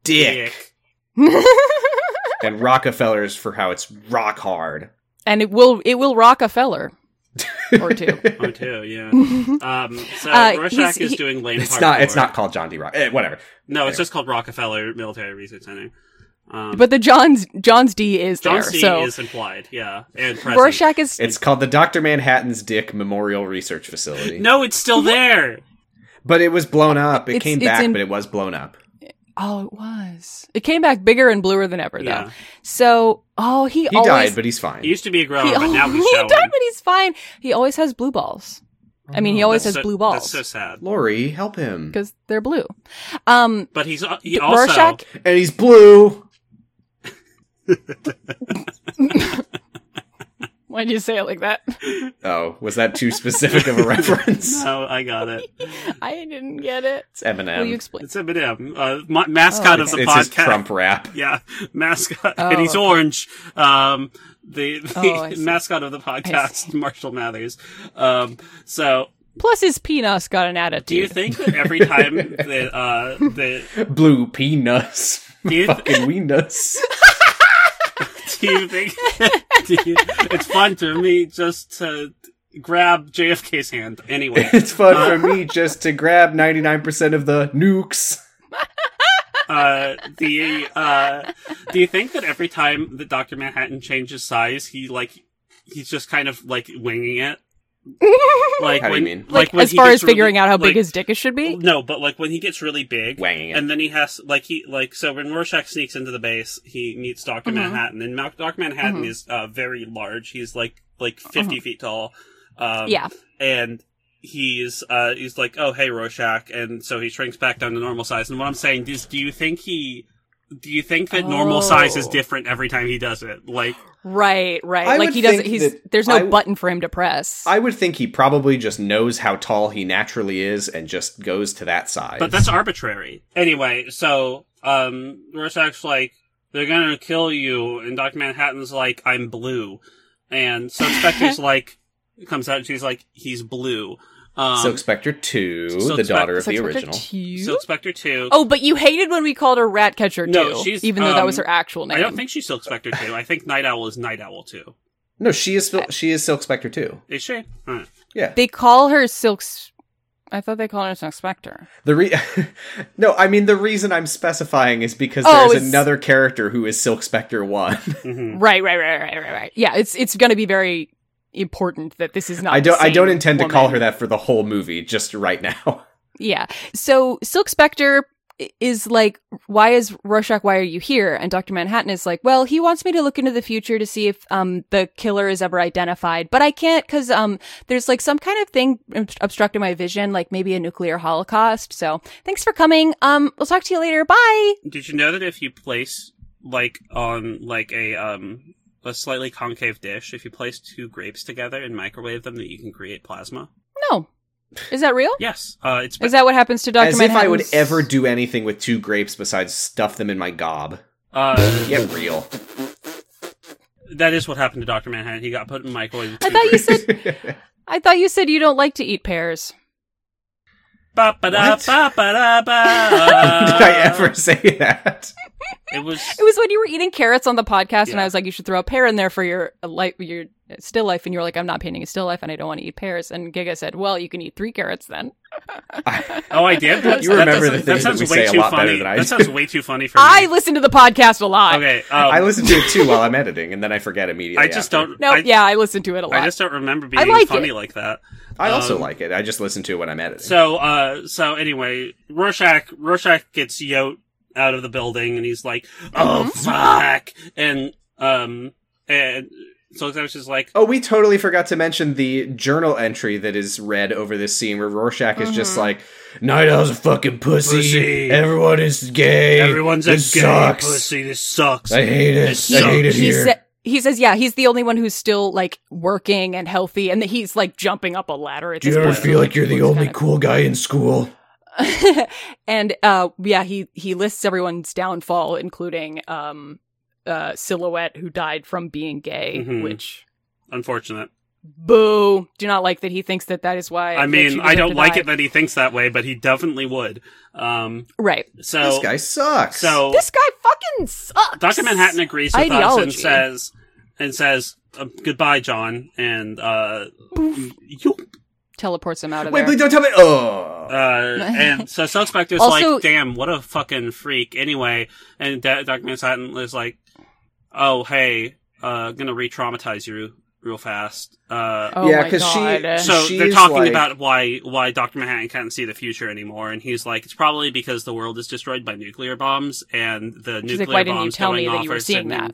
dick. and Rockefeller's for how it's rock hard.
and it will it will Rockefeller or two.
or two, Oh, yeah.
it's
Um, so
Mm-hmm. Uh,
Rorschach
he's-
is
he-
doing lane.
It's not. It's
parkour.
not called John D. Rock. Eh, whatever.
No, it's just called Rockefeller Military Research Center. Um,
But the John's John's D is
John
there.
C
so
is implied, yeah, and present.
Rorschach is
It's called the Doctor Manhattan's Dick Memorial Research Facility.
No, it's still there.
but it was blown up. It
It's-
came
it's
back,
in-
but it was blown up.
Oh, it was. It came back bigger and bluer than ever though.
Yeah,
So oh
He
he, always
died, but he's fine.
he used to be a grower,
he,
but now
al-
he's
he
showing.
died but he's fine. He always has blue balls. I mean he always
Oh, That's
has
so-
blue
That's
balls.
so sad.
Lori, help him.
Because they're blue. Um
But he's uh, he
D-
also
Rorschach
And he's blue.
why do you say it like that?
Oh, was that too specific of a reference?
No, Oh, I got it.
I didn't get it.
It's Eminem.
Um,
Will you explain?
It's Eminem, uh, my, mascot
Oh,
of
it's
the
it's his
podcast.
Trump rap.
Yeah, mascot,
Oh,
and he's
okay.
orange. Um, the, the
Oh, I see.
mascot of the podcast, Marshall Mathers. Um, so
Plus his penis got an attitude.
do you think that every time that uh, the
Blue peanuts.
do you,
Fucking weenus.
do you think do you, it's fun to me just to grab JFK's hand anyway?
It's fun for me just to grab 99% of the nukes.
Uh, the uh, do you think that every time that Doctor Manhattan changes size, he like he's just kind of like winging it? Like
How do you
when,
mean?
like,
when
as
he
far
gets
as figuring
really-
out how big
like- Oh.
his dick should be?
No, but like when he gets really big,
Wanging it.
and then he has like he like so when Rorschach sneaks into the base, he meets Doctor
Mhm.
Manhattan, and Doctor Manhattan
Mhm.
is uh, very large. He's like like 50 feet tall. Um,
Mm-hmm. yeah.
and he's uh he's like, "Oh, hey, Rorschach," and so he shrinks back down to normal size. And what I'm saying is, do you think he? Do you think that normal size is
Oh.
different every time he does it? Like,
Right, right.
I
like
would
he doesn't
think
he's
that
there's no
I w-
button for him to press.
I would think he probably just knows how tall he naturally is and just goes to that size.
but that's arbitrary. Anyway, so um Rorschach's like, "They're gonna kill you," and Doctor Manhattan's like, "I'm blue," and so Spectre's like, comes out and she's like, "He's blue." Um,
Silk Spectre 2,
Silk
the daughter
Sex
of the
Spectre
original.
two?
Silk Spectre 2.
Oh, but you hated when we called her Ratcatcher
No,
too,
she's,
even though that was
um,
her actual name.
I don't think she's Silk Spectre 2. I think Night Owl is Night Owl 2.
No, she is Fil- she is Silk Spectre 2.
Is she? Huh.
Yeah.
they call her Silk. S- I thought they called her Silk Spectre.
The re- No, I mean the reason I'm specifying is because
Oh,
there's
it's-
another character who is Silk Spectre 1.
Mhm.
Right, right, right, right, right, right. Yeah, it's it's going to be very important that this is not.
I
the
don't I don't
same
intend to call
woman.
her that for the whole movie just right now.
Yeah. So Silk Spectre i- is like, why is Rorschach? Why are you here? And Doctor Manhattan is like, well, he wants me to look into the future to see if um the killer is ever identified, but I can't because um there's like some kind of thing obst- obstructing my vision, like maybe a nuclear holocaust. So thanks for coming. Um, we'll talk to you later. Bye.
Did you know that if you place, like, on, like, a, um, a slightly concave dish, if you place two grapes together and microwave them, that you can create plasma?
No, is that real?
Yes. Uh, it's
Is that what happens to Doctor
As
Manhattan?
if I would ever do anything with two grapes besides stuff them in my gob.
uh,
Get real.
that is what happened to Dr. Manhattan. He got put in the microwave. with
I
two
thought you
grapes.
said. I thought you said you don't like to eat pears.
Ba ba da
What?
ba ba da ba.
Did I ever say that?
It was.
It was when you were eating carrots on the podcast, and
Yeah.
I was like, "You should throw a pear in there for your life, your still life." And you were like, "I'm not painting a still life, and I don't want to eat pears." And Giga said, "Well, you can eat three carrots then."
Oh, I did.
You remember the
sounds-
things that
sounds
we
way
say a
too
lot better
funny.
than I
That
do.
sounds way too funny for me.
I listen to the podcast a lot.
okay. Um,
I
I,
listen to it too while I'm editing, and then I forget immediately.
just
after.
don't.
No,
I,
yeah, I listen to it a lot.
I just don't remember being
like
funny
it.
like that.
I also
um,
like it. I just listen to it when I'm editing.
So, uh, so anyway, Rorschach, Rorschach gets Yote out of the building, and he's like, "Oh
Mm-hmm.
fuck!" And um, and so I was just like,
oh, we totally forgot to mention the journal entry that is read over this scene where Rorschach is
Mm-hmm.
just like, "Night Owl's a fucking pussy.
Pussy.
Everyone is gay.
"Everyone's a gay
this sucks.
pussy. This sucks."
I hate it.
This
I hate it
sucks."
he
here."
sa- he says, "Yeah, he's the only one who's still like working and healthy, and that he's like jumping up a ladder." At
Do you
this
ever
point.
feel like you're the
Looks
only
kinda-
cool guy in school?
and uh, yeah, he he lists everyone's downfall, including um, uh, Silhouette, who died from being gay,
Mhm.
which
Unfortunate.
Boo! Do not like that he thinks that that is why.
I
that she
mean, I
deserved
don't
to
like
die.
it that he thinks that way, but he definitely would. Um,
Right.
so,
this guy sucks.
so
This guy fucking sucks.
Dr. Manhattan agrees with us and
Ideology.
says, and says, um, goodbye, John. And, uh, you,
teleports him out of
wait,
there.
please don't tell me.
uh,
Oh,
and so Suspect is
Also-
like, damn, what a fucking freak. Anyway, and Da- Dr. Manhattan is like, oh, hey, uh, gonna re traumatize you real fast. Uh,
oh
Yeah,
my
'cause she-
God.
she-
so they're
she's
talking
like-
about why why Doctor Manhattan can't see the future anymore, and he's like, it's probably because the world is destroyed by nuclear bombs, and the nuclear
She's like, "Why didn't you
bombs
tell
going
me that
off
you were
are
seeing
sending,
that?"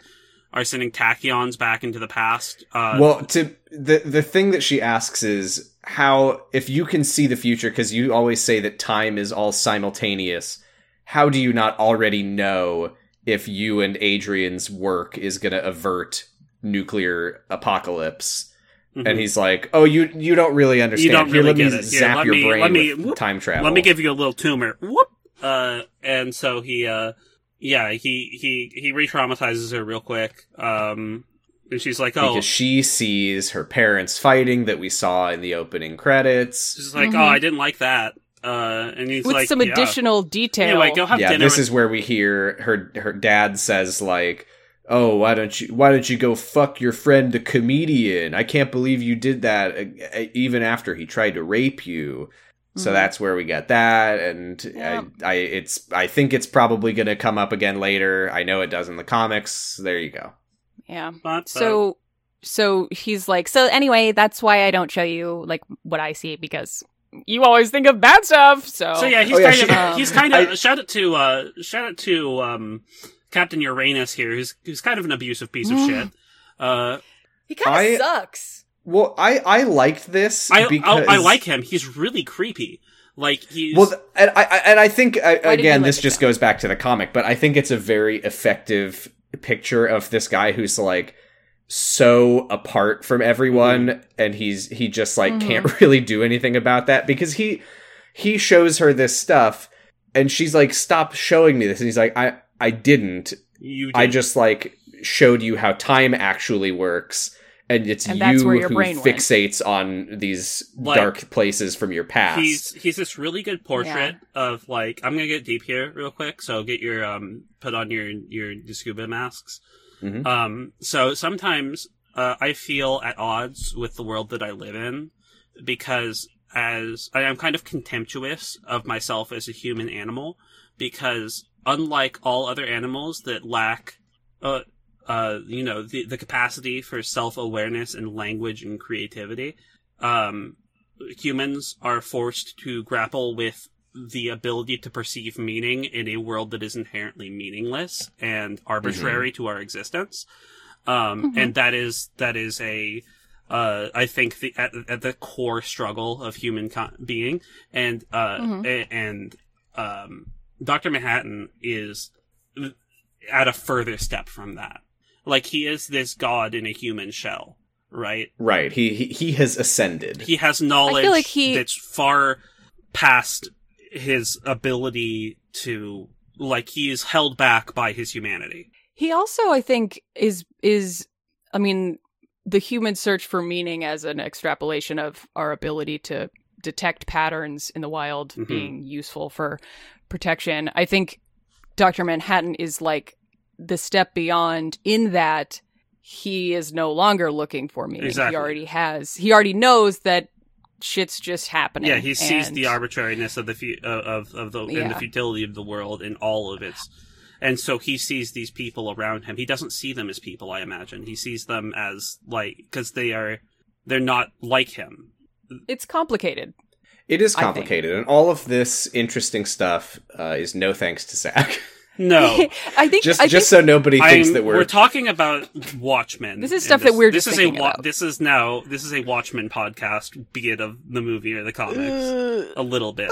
are sending tachyons back into the past. Uh,
well to the the thing that she asks is how if you can see the future because you always say that time is all simultaneous how do you not already know if you and adrian's work is going to avert nuclear apocalypse
mhm.
and he's like oh you you don't really understand
don't
Here, let me
really get it. Here,
zap
let
your
me-
brain
let me-
with
whoop.
time travel
let me give you a little tumor. Whoop. Uh, and so he, uh, yeah, he he he re-traumatizes her real quick. Um, and she's like, oh,
because she sees her parents fighting that we saw in the opening credits
she's like,
Mhm.
oh, I didn't like that. Uh, and he's
with
like,
some
yeah.
additional detail.
Anyway, go have
yeah,
dinner.
this
with-
is where we hear her her dad says like, "Oh, why don't you why don't you go fuck your friend the comedian? I can't believe you did that uh, uh, even after he tried to rape you." So
Mm-hmm.
Mhm.
that's where we get that, and
Yeah.
I, I it's I think it's probably going to come up again later. I know it does in the comics. There you go.
yeah.
But, uh,
So so he's like, so anyway, that's why I don't show you like what I see because you always think of bad stuff. So,
So yeah, he's
Oh, yeah,
kind
she-
of
um,
he's kind
I-
of shout out to uh, shout out to um, Captain Uranus here, who's who's kind of an abusive piece of
Mm.
shit. Uh,
he
I-
kind of sucks.
Well, I I liked this
I,
because
I I like him. He's really creepy. Like he's
Well, th- and I, I and I think I,
you
again,
like
this
it
just
then?
goes back to the comic, but I think it's a very effective picture of this guy who's like so apart from everyone,
Mm-hmm.
and he's he just like can't really do anything about that because he he shows her this stuff, and she's like, "Stop showing me this," and he's like, "I I didn't.
you.
I
did-
just like showed you how time actually works." and it's
And
you
that's where your
who
brain went.
fixates on these
Like,
dark places from your past.
He's he's this really good portrait of like I'm gonna get deep here real quick, so get your um put on your your scuba masks.
Mhm.
Um, so sometimes uh, I feel at odds with the world that I live in because as I am kind of contemptuous of myself as a human animal because unlike all other animals that lack uh uh you know the the capacity for self awareness and language and creativity um humans are forced to grapple with the ability to perceive meaning in a world that is inherently meaningless and arbitrary to our existence. Um,
Mhm.
and that is, that is a, uh, I think the, at, at the core struggle of human con- being. And, uh,
Mhm.
a- and, um, Dr. Manhattan is at a further step from that. Like he is this god in a human shell, right?
right. He, he he has ascended.
He has knowledge
like he-
that's far past his ability to like he is held back by his humanity.
He also, I think, is is I mean, the human search for meaning as an extrapolation of our ability to detect patterns in the wild
Mhm.
being useful for protection. I think Dr. Manhattan is like the step beyond in that he is no longer looking for meaning.
Exactly.
He already has. He already knows that shit's just happening.
Yeah, he sees
and-
the arbitrariness of the fu- uh, of of the and the
Yeah.
futility of the world in all of its and so he sees these people around him. He doesn't see them as people, I imagine. He sees them as like cuz they are they're not like him.
It's complicated.
It is
I think.
complicated, and all of this interesting stuff uh, is no thanks to Zach.
No.
I think
just
I
just
think
so nobody thinks
I'm-
that we're,
talking about Watchmen.
This is
in
stuff that we're
this
just
is a
thinking about.
This is now this is a Watchmen podcast, be it of the movie or the comics,
Uh,
a little bit.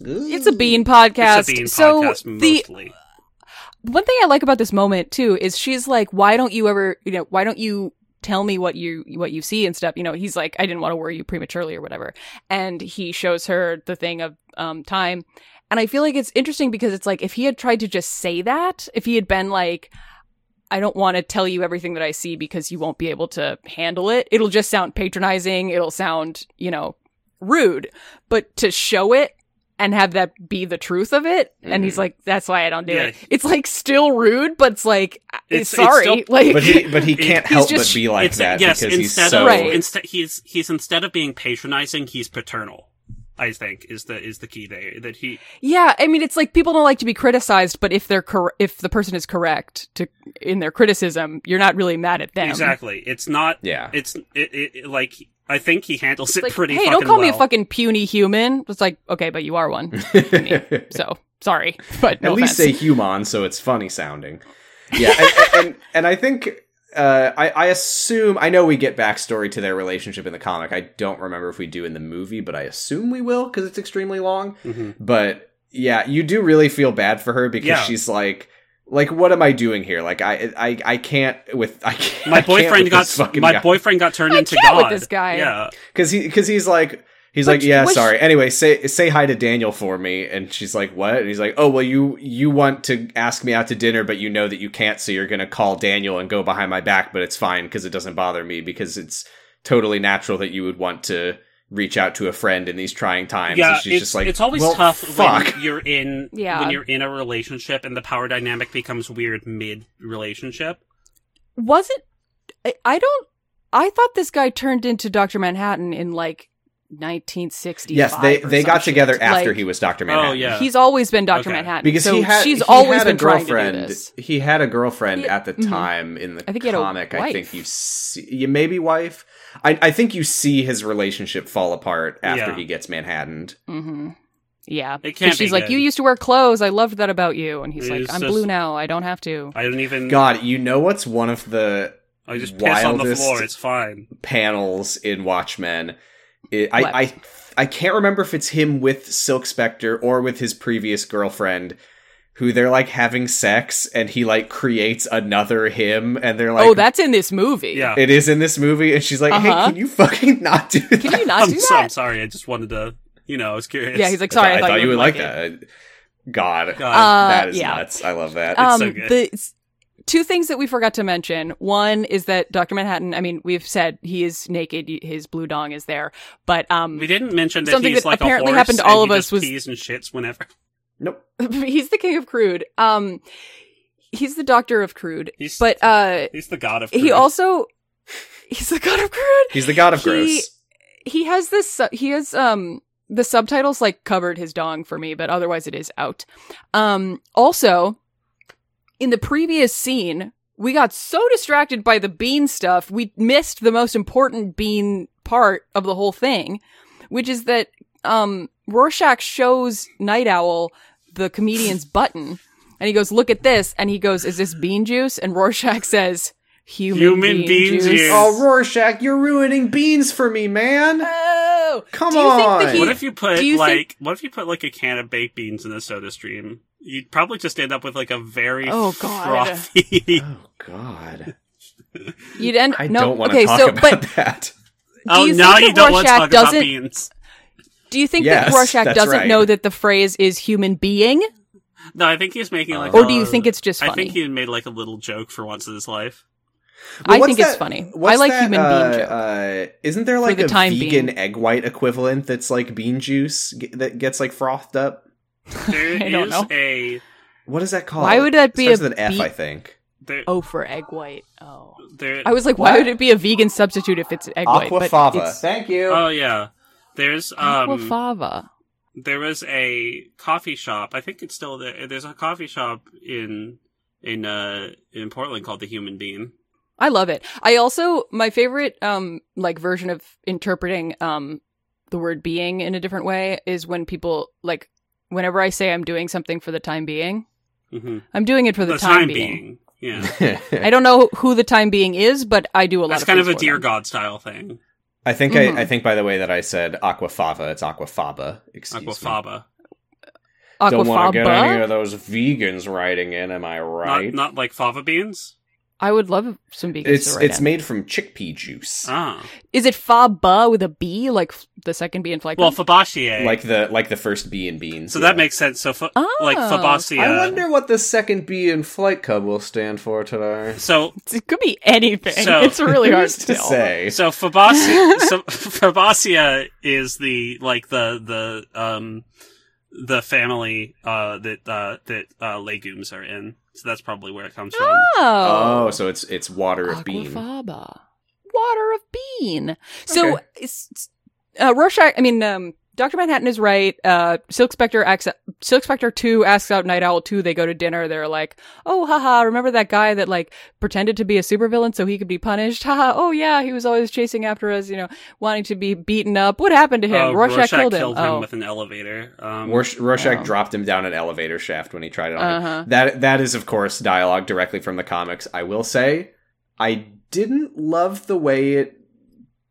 it's a bean podcast.
It's a bean
so
podcast
the
mostly.
one thing I like about this moment too is she's like, "Why don't you ever, you know, why don't you tell me what you what you see and stuff?" You know, he's like, "I didn't want to worry you prematurely or whatever," and he shows her the thing of um, time, and I feel like it's interesting because it's like if he had tried to just say that, if he had been like. I don't want to tell you everything that I see because you won't be able to handle it. It'll just sound patronizing. It'll sound, you know, rude. But to show it and have that be the truth of it, and he's
Mhm.
like, "That's why I don't do
Yeah.
it." It's like still rude, but it's like
It's-
it's,
it's
sorry.
still-
like
but he but he can't
He's
help
just-
but be like
It's-
that
yes,
because he's
instead
so
of
Right.
instead he's he's instead of being patronizing, he's paternal. I think is the is the key there that he
yeah, I mean, it's like people don't like to be criticized, but if they're cor- if the person is correct to in their criticism, you're not really mad at them.
exactly. It's not.
yeah.
It's it, it, it- like I think he handles it
It's like,
pretty.
hey, don't
fucking
call me a
well.
fucking puny human. It's like, okay, but you are one, so sorry. But no
At least say
offense.
human, so it's funny sounding. Yeah, and and, and I think uh, I I assume I know we get backstory to their relationship in the comic. I don't remember if we do in the movie, but I assume we will because it's extremely long.
Mhm.
But yeah, you do really feel bad for her because
Yeah.
she's like. Like what am I doing here? Like I I, I can't with I can't,
My boyfriend got my boyfriend got turned
I
into
can't with
God.
this guy.
Yeah,
because he because he's like he's
But
like yeah
was-
sorry anyway say say hi to Daniel for me and she's like what and he's like oh well you you want to ask me out to dinner but you know that you can't so you're gonna call Daniel and go behind my back but it's fine because it doesn't bother me because it's totally natural that you would want to reach out to a friend in these trying times
yeah.
and she's
it's,
just like
it's always
well,
tough
fuck
when you're in
Yeah.
when you're in a relationship and the power dynamic becomes weird mid relationship.
was it? I, I don't. I thought this guy turned into Doctor Manhattan in like 1965.
yes they
or
they
some
got together
shit.
after
Like,
he was Doctor Manhattan
Oh yeah,
He's always been Doctor
Okay.
Manhattan
because
so
he had
she's
he
always
had a
been trying to
girlfriend.
do this.
He had a girlfriend
He-
at the
mhm.
time in the
I think he had a
comic. I think
wife.
you see you maybe wife. I I think you see his relationship fall apart after
Yeah.
he gets Manhattaned.
Mm-hmm. Yeah,
It can't
'Cause she's
be
like,
good.
you used to wear clothes. I loved that about you. And he's
It
like,
is
I'm
just-
blue now. I don't have to.
I don't even.
God, you know what's one of the
I just piss on the
wildest-
floor. It's fine.
panels in Watchmen? It,
What?
I I I can't remember if it's him with Silk Spectre or with his previous girlfriend. Who they're like having sex, and he like creates another him, and they're like,
oh, that's in this movie.
Yeah.
It is in this movie, and she's like,
Uh-huh.
"Hey, can you fucking not do that?"
Can you not
I'm,
do
so, I'm
that?
sorry. I just wanted to. You know, I was curious.
yeah, he's like, sorry, I,
I thought, you would like
it.
that. God,
God.
Uh,
that is
yeah.
nuts. I love that.
Uh,
Um,
so good.
the two things that we forgot to mention. One is that Dr. Manhattan, I mean, we've said he is naked, his blue dong is there, but um
We didn't mention that
Something
he's
that
like
apparently
a horse
happened to all
and
of
he
us
just
was-
pees and shits whenever.
Nope.
he's the king of crude. Um he's the doctor of crude.
He's-
But uh
He's the god of.
he
food.
also he's the god of crude.
He's the god of
He-
gross.
he has this su- he has um the subtitles like covered his dong for me but otherwise it is out um also in the previous scene we got so distracted by the bean stuff we missed the most important bean part of the whole thing which is that um rorschach shows night owl the comedian's button and he goes look at this and he goes is this bean juice and rorschach says human,
Human bean juice.
Oh, Rorschach, you're ruining beans for me, man.
Oh,
Come
do you think that
on.
he-
What if you put
Do you
like
think-
what if you put like a can of baked beans in a soda stream? You'd probably just end up with like a very
Oh, God.
frothy.
Oh God,
You'd end.
I
no,
don't want to
okay,
talk
so,
about
but
that.
oh,
you
now
think
you
that
don't want to
Rorschach
talk about
doesn't-
beans.
do you think
Yes,
that Rorschach
that's
doesn't
right.
know that the phrase is human being,
No, I think he's making like.
or do you
a-
think it's just funny?
I think he made like a little joke for once in his life.
I
what's
think it's
that-
funny. I
what's
like
that,
human
uh,
bean joke.
Uh, isn't there like
the
a
time
vegan
being.
egg white equivalent that's like bean juice g- that gets like frothed up?
There is
I don't know.
a
What is that called?
Why would that be
Starts
a
with an F?
bee-
I think.
there,
oh, for egg white. Oh,
there,
I was like, why would it be a vegan substitute if it's egg white? But
Aquafava.
it's
Thank you.
oh yeah. There's um
Aquafaba.
there was a coffee shop. I think it's still there. There's a coffee shop in in uh in Portland called the Human Bean.
I love it. I also my favorite um like version of interpreting um the word being in a different way is when people like whenever I say I'm doing something for the time being,
hmm
I'm doing it for the, time, being.
Yeah.
I don't know who the time being is, but I do a lot.
That's kind of a
things for
dear
them.
god style thing.
I think
Mhm.
I, I think by the way that I said aquafava, it's aquafaba. Excuse me.
Aquafaba.
Don't want to get
Aquafaba?
any of those vegans writing in. Am I right?
Not not like fava beans.
I would love some vegans.
it's
to write
it's
in.
made from chickpea juice,
Ah.
Is it faba with a b, like f- the second b in flag?
Well, fabacier.
like the like the first bee in beans.
so
yeah.
that makes uh, sense. So fa-
Oh.
like fabacia.
I wonder what the second bee in flight cub will stand for today.
So
it could be anything.
So-
it's really hard
Who's
to
to
tell.
say.
so fabacia so fabacia is the like the the um the family uh that uh that uh legumes are in. So that's probably where it comes from.
Oh,
Oh, so it's it's water of bean.
aquafaba, water of bean. So,
Okay.
it's- uh, Rorschach. I mean, um, Doctor Manhattan is right. Uh, Silk Spectre acts. Silk Spectre two asks out Night Owl two. They go to dinner. They're like, "Oh, haha! Remember that guy that like pretended to be a supervillain so he could be punished? Haha! Oh yeah, he was always chasing after us. You know, wanting to be beaten up. What happened to him?
Oh,
Rorschach, killed him. oh,
with an elevator. Um,
Rorsch- Rorschach
Oh.
dropped him down an elevator shaft when he tried it on him.
uh-huh.
That that is of course dialogue directly from the comics. I will say, I didn't love the way it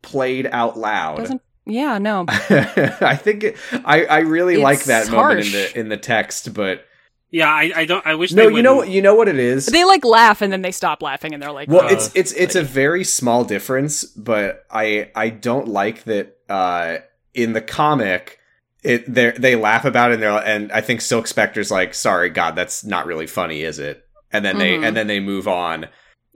played out loud.
Doesn't. Yeah, no.
I think it, I I really
It's
like that moment in
harsh.
the in the text, but
yeah, I, I don't. I wish.
no,
they
you know
wouldn't-
you know what it is.
They like laugh and then they stop laughing and they're like, "Oh,
well,
uh,
it's it's it's a very small difference, but I I don't like that uh, in the comic. It they they laugh about it and they're and I think Silk Spectre's like, sorry, God, that's not really funny, is it? And then they
Mhm.
and then they move on.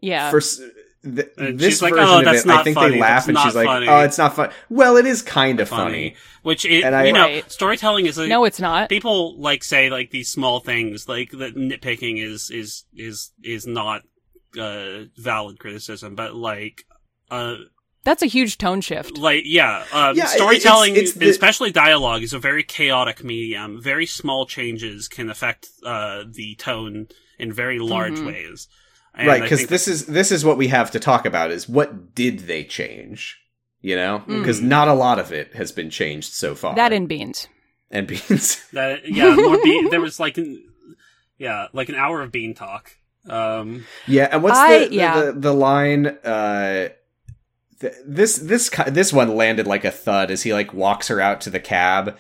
yeah.
First, th-
And
this
she's like,
version
"Oh,
of
that's
it, I
not
think
funny,
they laugh
that's
and
not
she's like,
funny."
oh, it's not funny. Well, it is kind of funny.
Which it,
And I-
you know,
Right.
storytelling is a,
no, it's not.
people like say like these small things like that nitpicking is is is is not uh valid criticism but like uh
That's a huge tone shift.
like yeah um
Yeah, it-
storytelling
it's- it's the-
especially dialogue is a very chaotic medium very small changes can affect uh the tone in very large
Mhm.
ways
Right,
And
'cause right
I
because
think
this is this is what we have to talk about is what did they change you know because
Mm.
not a lot of it has been changed so far
Hmm. That and beans.
and beans
that yeah more be- there was like an, yeah like an hour of bean talk um
yeah and what's
I-
the, the-
yeah.
the the line uh th- this this ki- this one landed like a thud as he like walks her out to the cab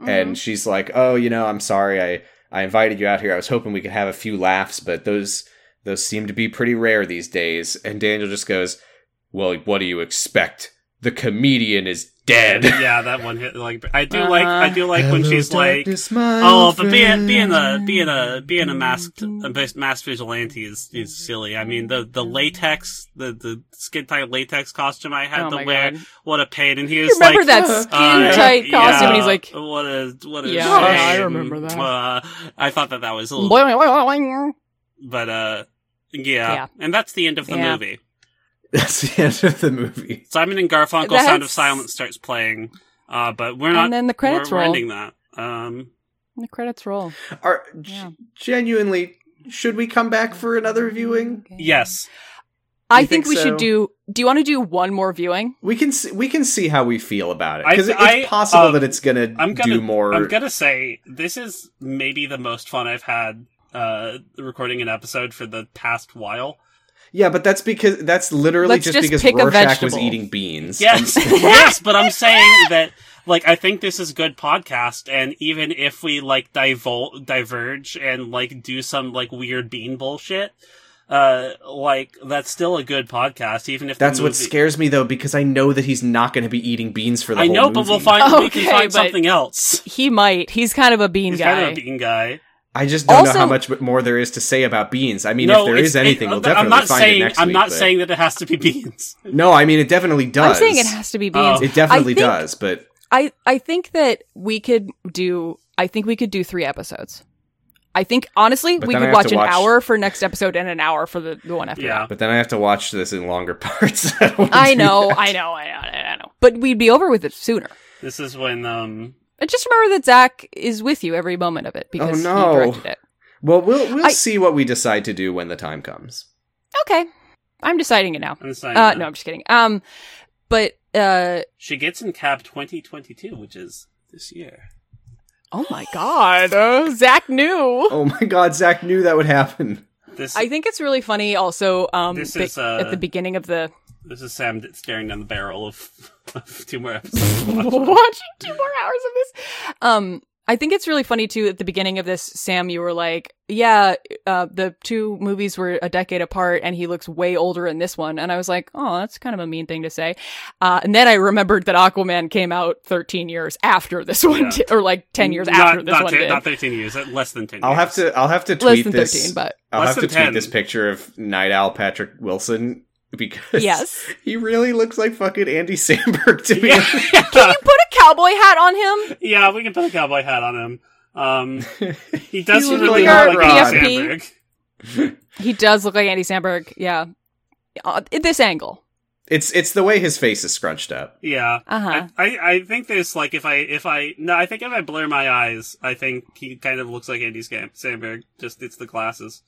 Mm-hmm.
and she's like oh you know i'm sorry i i invited you out here i was hoping we could have a few laughs but those those seem to be pretty rare these days and daniel just goes well what do you expect the comedian is dead.
yeah, that one hit. Like, I do like, I do like when she's like, "Oh, but being being a being a being a masked a masked vigilante is is silly." I mean, the the latex, the the skin tight latex costume I had
Oh
to
my
wear,
God.
what a pain! And he was
remember
like,
that skin
uh,
tight costume? And he's
yeah,
like,
"What a what a
Yeah,
shame."
I remember that.
Uh, I thought that that was a little, but uh, yeah.
Yeah.
and that's the end of the
Yeah.
movie.
That's the end of the movie.
Simon and Garfunkel Sound of
That's-
Silence starts playing, uh, but we're not
and then the credits
we're, we're
roll.
ending that. Um,
The credits roll.
Are g-
Yeah.
genuinely should we come back for another viewing?
yes,
I
You
think,
think
we
so?
should do. Do you want to do one more viewing?
We can see, we can see how we feel about it
I-
because it's
I-
possible
um,
that it's gonna,
I'm gonna-
do more.
I'm gonna say this is maybe the most fun I've had uh, recording an episode for the past while.
yeah, but that's because that's literally
Let's
just,
just
because
pick a
Rorschach was
vegetable.
eating beans.
Yes, yes, but I'm saying that like I think this is good podcast, and even if we like divul- diverge and like do some like weird bean bullshit, uh, like that's still a good podcast, even if the
That's what
movie-
scares me though, because I know that he's not going to be eating beans for the
I
whole
know,
movie.
but we'll find we
Okay,
can find
but-
something else.
He might. He's kind of a bean
He's
guy.
kind of a bean guy.
I just don't know
Also-
how much more there is to say about beans. I mean,
no,
if there
it's-
is anything,
it-
we'll
I'm
definitely
not
find
saying
it next
I'm
week.
not
but-
saying that it has to be beans.
No, I mean it definitely does.
I'm saying it has to be beans.
Oh.
It definitely
I think-
does, but
I I think that we could do. I think we could do three episodes. I think honestly,
But
we
then I
could
have
watch
to
an
watch-
hour for next episode and an hour for the, the one after.
Yeah.
but then I have to watch this in longer parts. I, don't wanna
I
do
know,
that.
I know, I know, I know. But we'd be over with it sooner.
This is when um
And just remember that Zach is with you every moment of it because
Oh, no.
he directed it.
Well, we'll we'll
I-
see what we decide to do when the time comes.
Okay, I'm deciding it now.
I'm saying
Uh,
that
no, I'm just kidding. Um, but uh,
she gets in cab 2022, which is this year.
oh my god, uh, Zach knew.
Oh my God, Zach knew that would happen.
This
I think it's really funny. Also, um,
This
that-
is, uh,
at the beginning of the
this is Sam d- staring down the barrel of, of two more episodes. of Watchmen.
watching two more hours of this. Um, I think it's really funny too. At the beginning of this, Sam, you were like, "Yeah, uh, the two movies were a decade apart, and he looks way older in this one." And I was like, "Oh, that's kind of a mean thing to say." Uh, and then I remembered that Aquaman came out 13 years after this one,
Yeah.
did- or like 10 years
not,
after this
not,
one
te-
did.
not 13 years, uh, less than 10.
I'll
years.
have to I'll have to
Less
tweet
than 13,
this.
but
I'll have
Less
to
than
tweet
10.
this picture of Night Owl Patrick Wilson because
yes.
he really looks like fucking Andy Samberg to me.
Yeah.
Put a cowboy hat on him.
yeah, we can put a cowboy hat on him. Um, he does
He looked
really
like
look
our
like Andy
PFP.
Samberg.
He does look like Andy Samberg. Yeah, uh, at this angle.
It's it's the way his face is scrunched up.
Yeah.
Uh huh.
I, I, I think there's like if I if I no I think if I blur my eyes I think he kind of looks like Andy Scam- Samberg just it's the glasses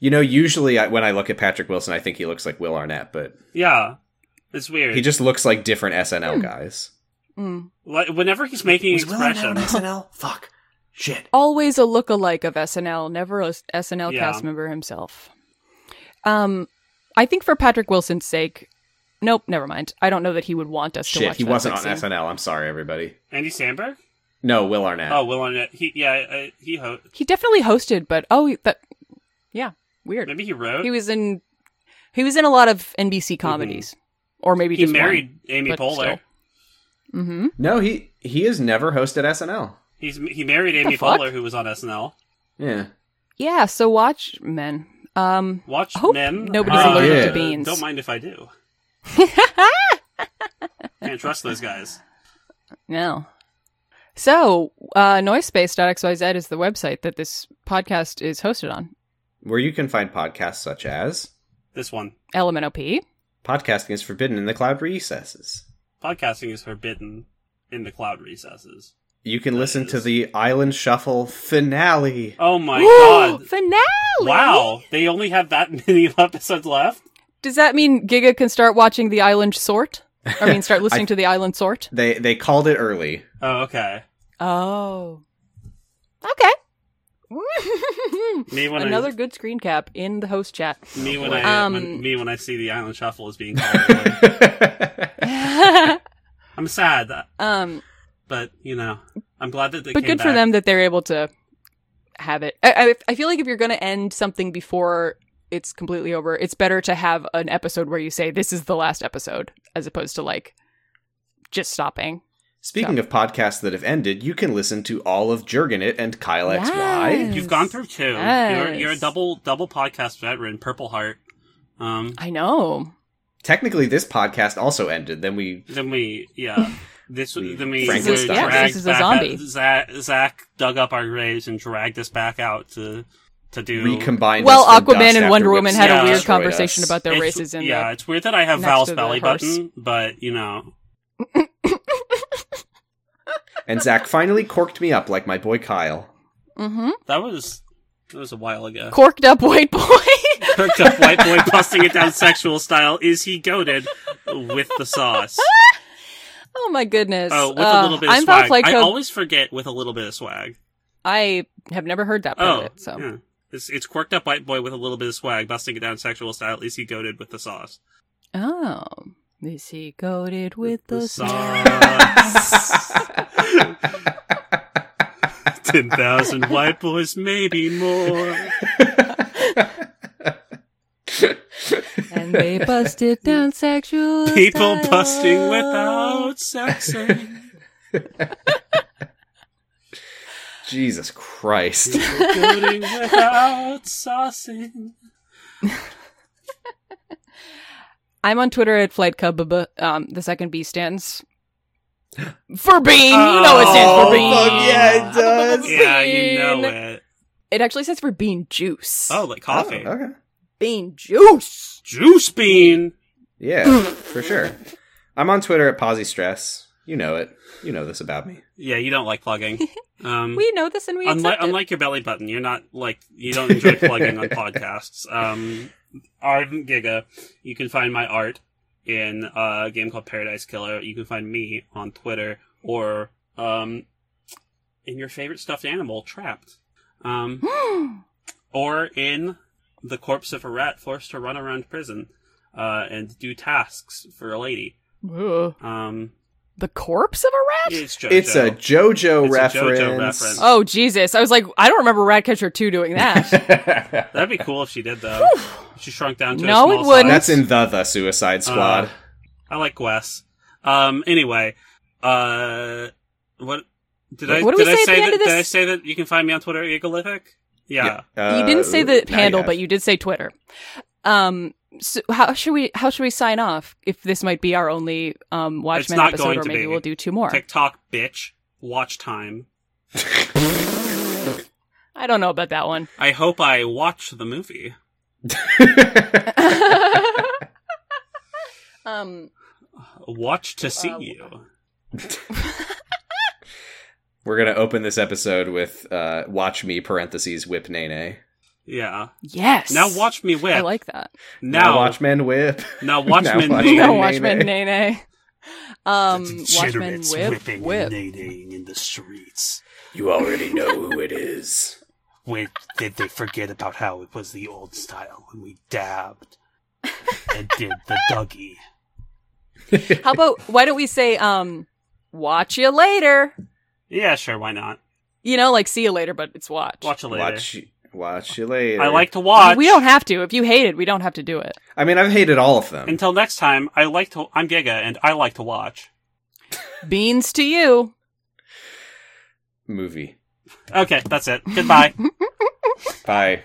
You know, usually I, when I look at Patrick Wilson, I think he looks like Will Arnett, but
yeah it's weird
he just looks like different SNL
Hmm.
guys.
Mm.
Like, whenever he's making an expression
SNL? Fuck. Shit.
always a lookalike of SNL, never a SNL
Yeah.
cast member himself. Um, I think for Patrick Wilson's sake, nope, never mind. I don't know that he would want us to
Shit.
watch.
He
that
wasn't
sex
on
scene.
SNL. I'm sorry, everybody.
Andy Samberg
No, Will Arnett.
oh Will Arnett he yeah I, he ho-
He definitely hosted, but oh, he- that yeah, weird.
maybe he wrote
He was in he was in a lot of NBC comedies, or maybe
Mm-hmm. he
just
married Amy
but
Poehler
still. hmm
No, he he has never hosted SNL.
he's he married
the
Amy
fuck?
Poehler who was on SNL
Yeah.
Yeah, so watch men. Um,
watch
I hope
men
nobody's
Uh,
allergic to
beans.
don't mind if I do can't trust those guys
No. So, uh, noisepace.xyz is the website that this podcast is hosted on.
Where you can find podcasts such as
this one
LMNOP.
Podcasting is Forbidden in the Cloud Recesses.
podcasting is forbidden in the cloud recesses
You can
That
listen to
is-
the Island Shuffle finale.
oh my
Ooh,
god
Finale!
Wow, they only have that many episodes left.
Does that mean Giga can start watching The Island Sort? I mean, start listening to The Island Sort?
They they called it early.
Oh, okay.
Oh. Okay.
Me when
Another
I
good screen cap in the host chat.
me when I
Um,
when- me when I see the Island Shuffle is being called. I'm sad,
um,
but you know, I'm glad that they.
but
came
good for
back.
them that they're able to have it. I, I, I feel like if you're going to end something before it's completely over, it's better to have an episode where you say, this is the last episode, as opposed to like, just stopping.
Speaking of podcasts that have ended, you can listen to all of Jurgen It and Kyle XY.
Yes.
You've gone through two. You're,
Yes.
you're a double double podcast veteran, Purple Heart. Um,
I know.
Technically, this podcast also ended. Then we
then we, yeah, this
We-
then we
Frankenstein.
were
Yeah,
dragged
this is a
back out-
zombie.
Zach, Zach dug up our graves and dragged us back out to to do
recombined.
well,
us from
Aquaman
dust
and
after
Wonder Woman had
Yeah.
a weird
destroyed
conversation
us.
about their
It's-
races in
yeah, it's weird that I have
next
Val's
to the
belly
horse.
button, but you know,
And Zach finally corked me up like my boy Kyle.
the. Mm-hmm.
that was that was a while ago.
Corked up white boy.
Cooked up white boy busting it down sexual style. Is he goaded with the sauce?
oh my goodness.
Oh, with
Uh,
a little bit of
I'm Val
swag. I
Flycode.
always forget with a little bit of swag.
I have never heard that part
Oh,
of it. So
yeah. It's, it's quirked up white boy with a little bit of swag, busting it down sexual style. Is he goaded with the sauce?
oh, is he goaded with the,
Ten thousand white boys, maybe more.
and they busted down sexual
People
style.
busting without sexing.
Jesus Christ.
People goading without saucing.
I'm on Twitter at Flight Um, the second B stands for being. you know it stands
Oh,
for being.
fuck yeah, it does.
Yeah, you know it.
It actually stands for bean juice.
Oh, like coffee,
Oh, okay.
bean juice.
juice bean.
Yeah, for sure. I'm on Twitter at Posy Stress. You know it. You know this about me.
Yeah, you don't like plugging. Um,
We know this and we
unlike,
accept it.
unlike your belly button, you're not like you don't enjoy plugging on podcasts. Um, I'm Giga. You can find my art in uh, a game called Paradise Killer. You can find me on Twitter or um, in your favorite stuffed animal, Trapped, um, or in the corpse of a rat forced to run around prison uh, and do tasks for a lady.
Ugh.
Um,
the corpse of a rat.
it's JoJo.
It's a JoJo
It's a
reference.
JoJo reference.
Oh Jesus! I was like, I don't remember Ratcatcher two doing that. Oh.
That'd be cool if she did though. she shrunk down to a
No,
small
it wouldn't.
That's in the the Suicide Squad.
Uh, I like Wes. Um. Anyway, uh, what did I
What do we
did I
say at
say that
the end of
did I
this?
say that you can find me on Twitter at Egalithic? Yeah.
Uh,
you didn't say the
not
handle,
yet.
but you did say Twitter. Um, so how should we how should we sign off if this might be our only um Watchmen
not
episode,
going
or
to
maybe
be.
we'll do two more?
TikTok bitch. Watch time.
I don't know about that one.
I hope I watch the movie.
um,
Watch to see
Uh,
you.
We're gonna open this episode with uh, "Watch Me" parentheses whip nene.
Yeah.
yes.
Now watch me whip.
I like that.
now, watch.
Watchmen whip.
Now Watchmen.
Now watch-
Nene.
Nay,
no,
nay,
Watchmen,
nay.
nay, nay. Um, Watchmen, whip, whip.
neighing in the streets.
You already know who it is.
Wait, did they forget about how it was the old style when we dabbed and did the Dougie?
How about why don't we say um, watch you later?
Yeah, sure, why not?
You know, like see you later, but it's watch.
Watch it later.
Watch, watch you later.
I like to watch.
We don't have to. If you hate it, we don't have to do it.
I mean, I've hated all of them.
Until next time, I like to. I'm Giga, and I like to watch.
Beans to you.
Movie.
Okay, that's it. Goodbye.
Bye.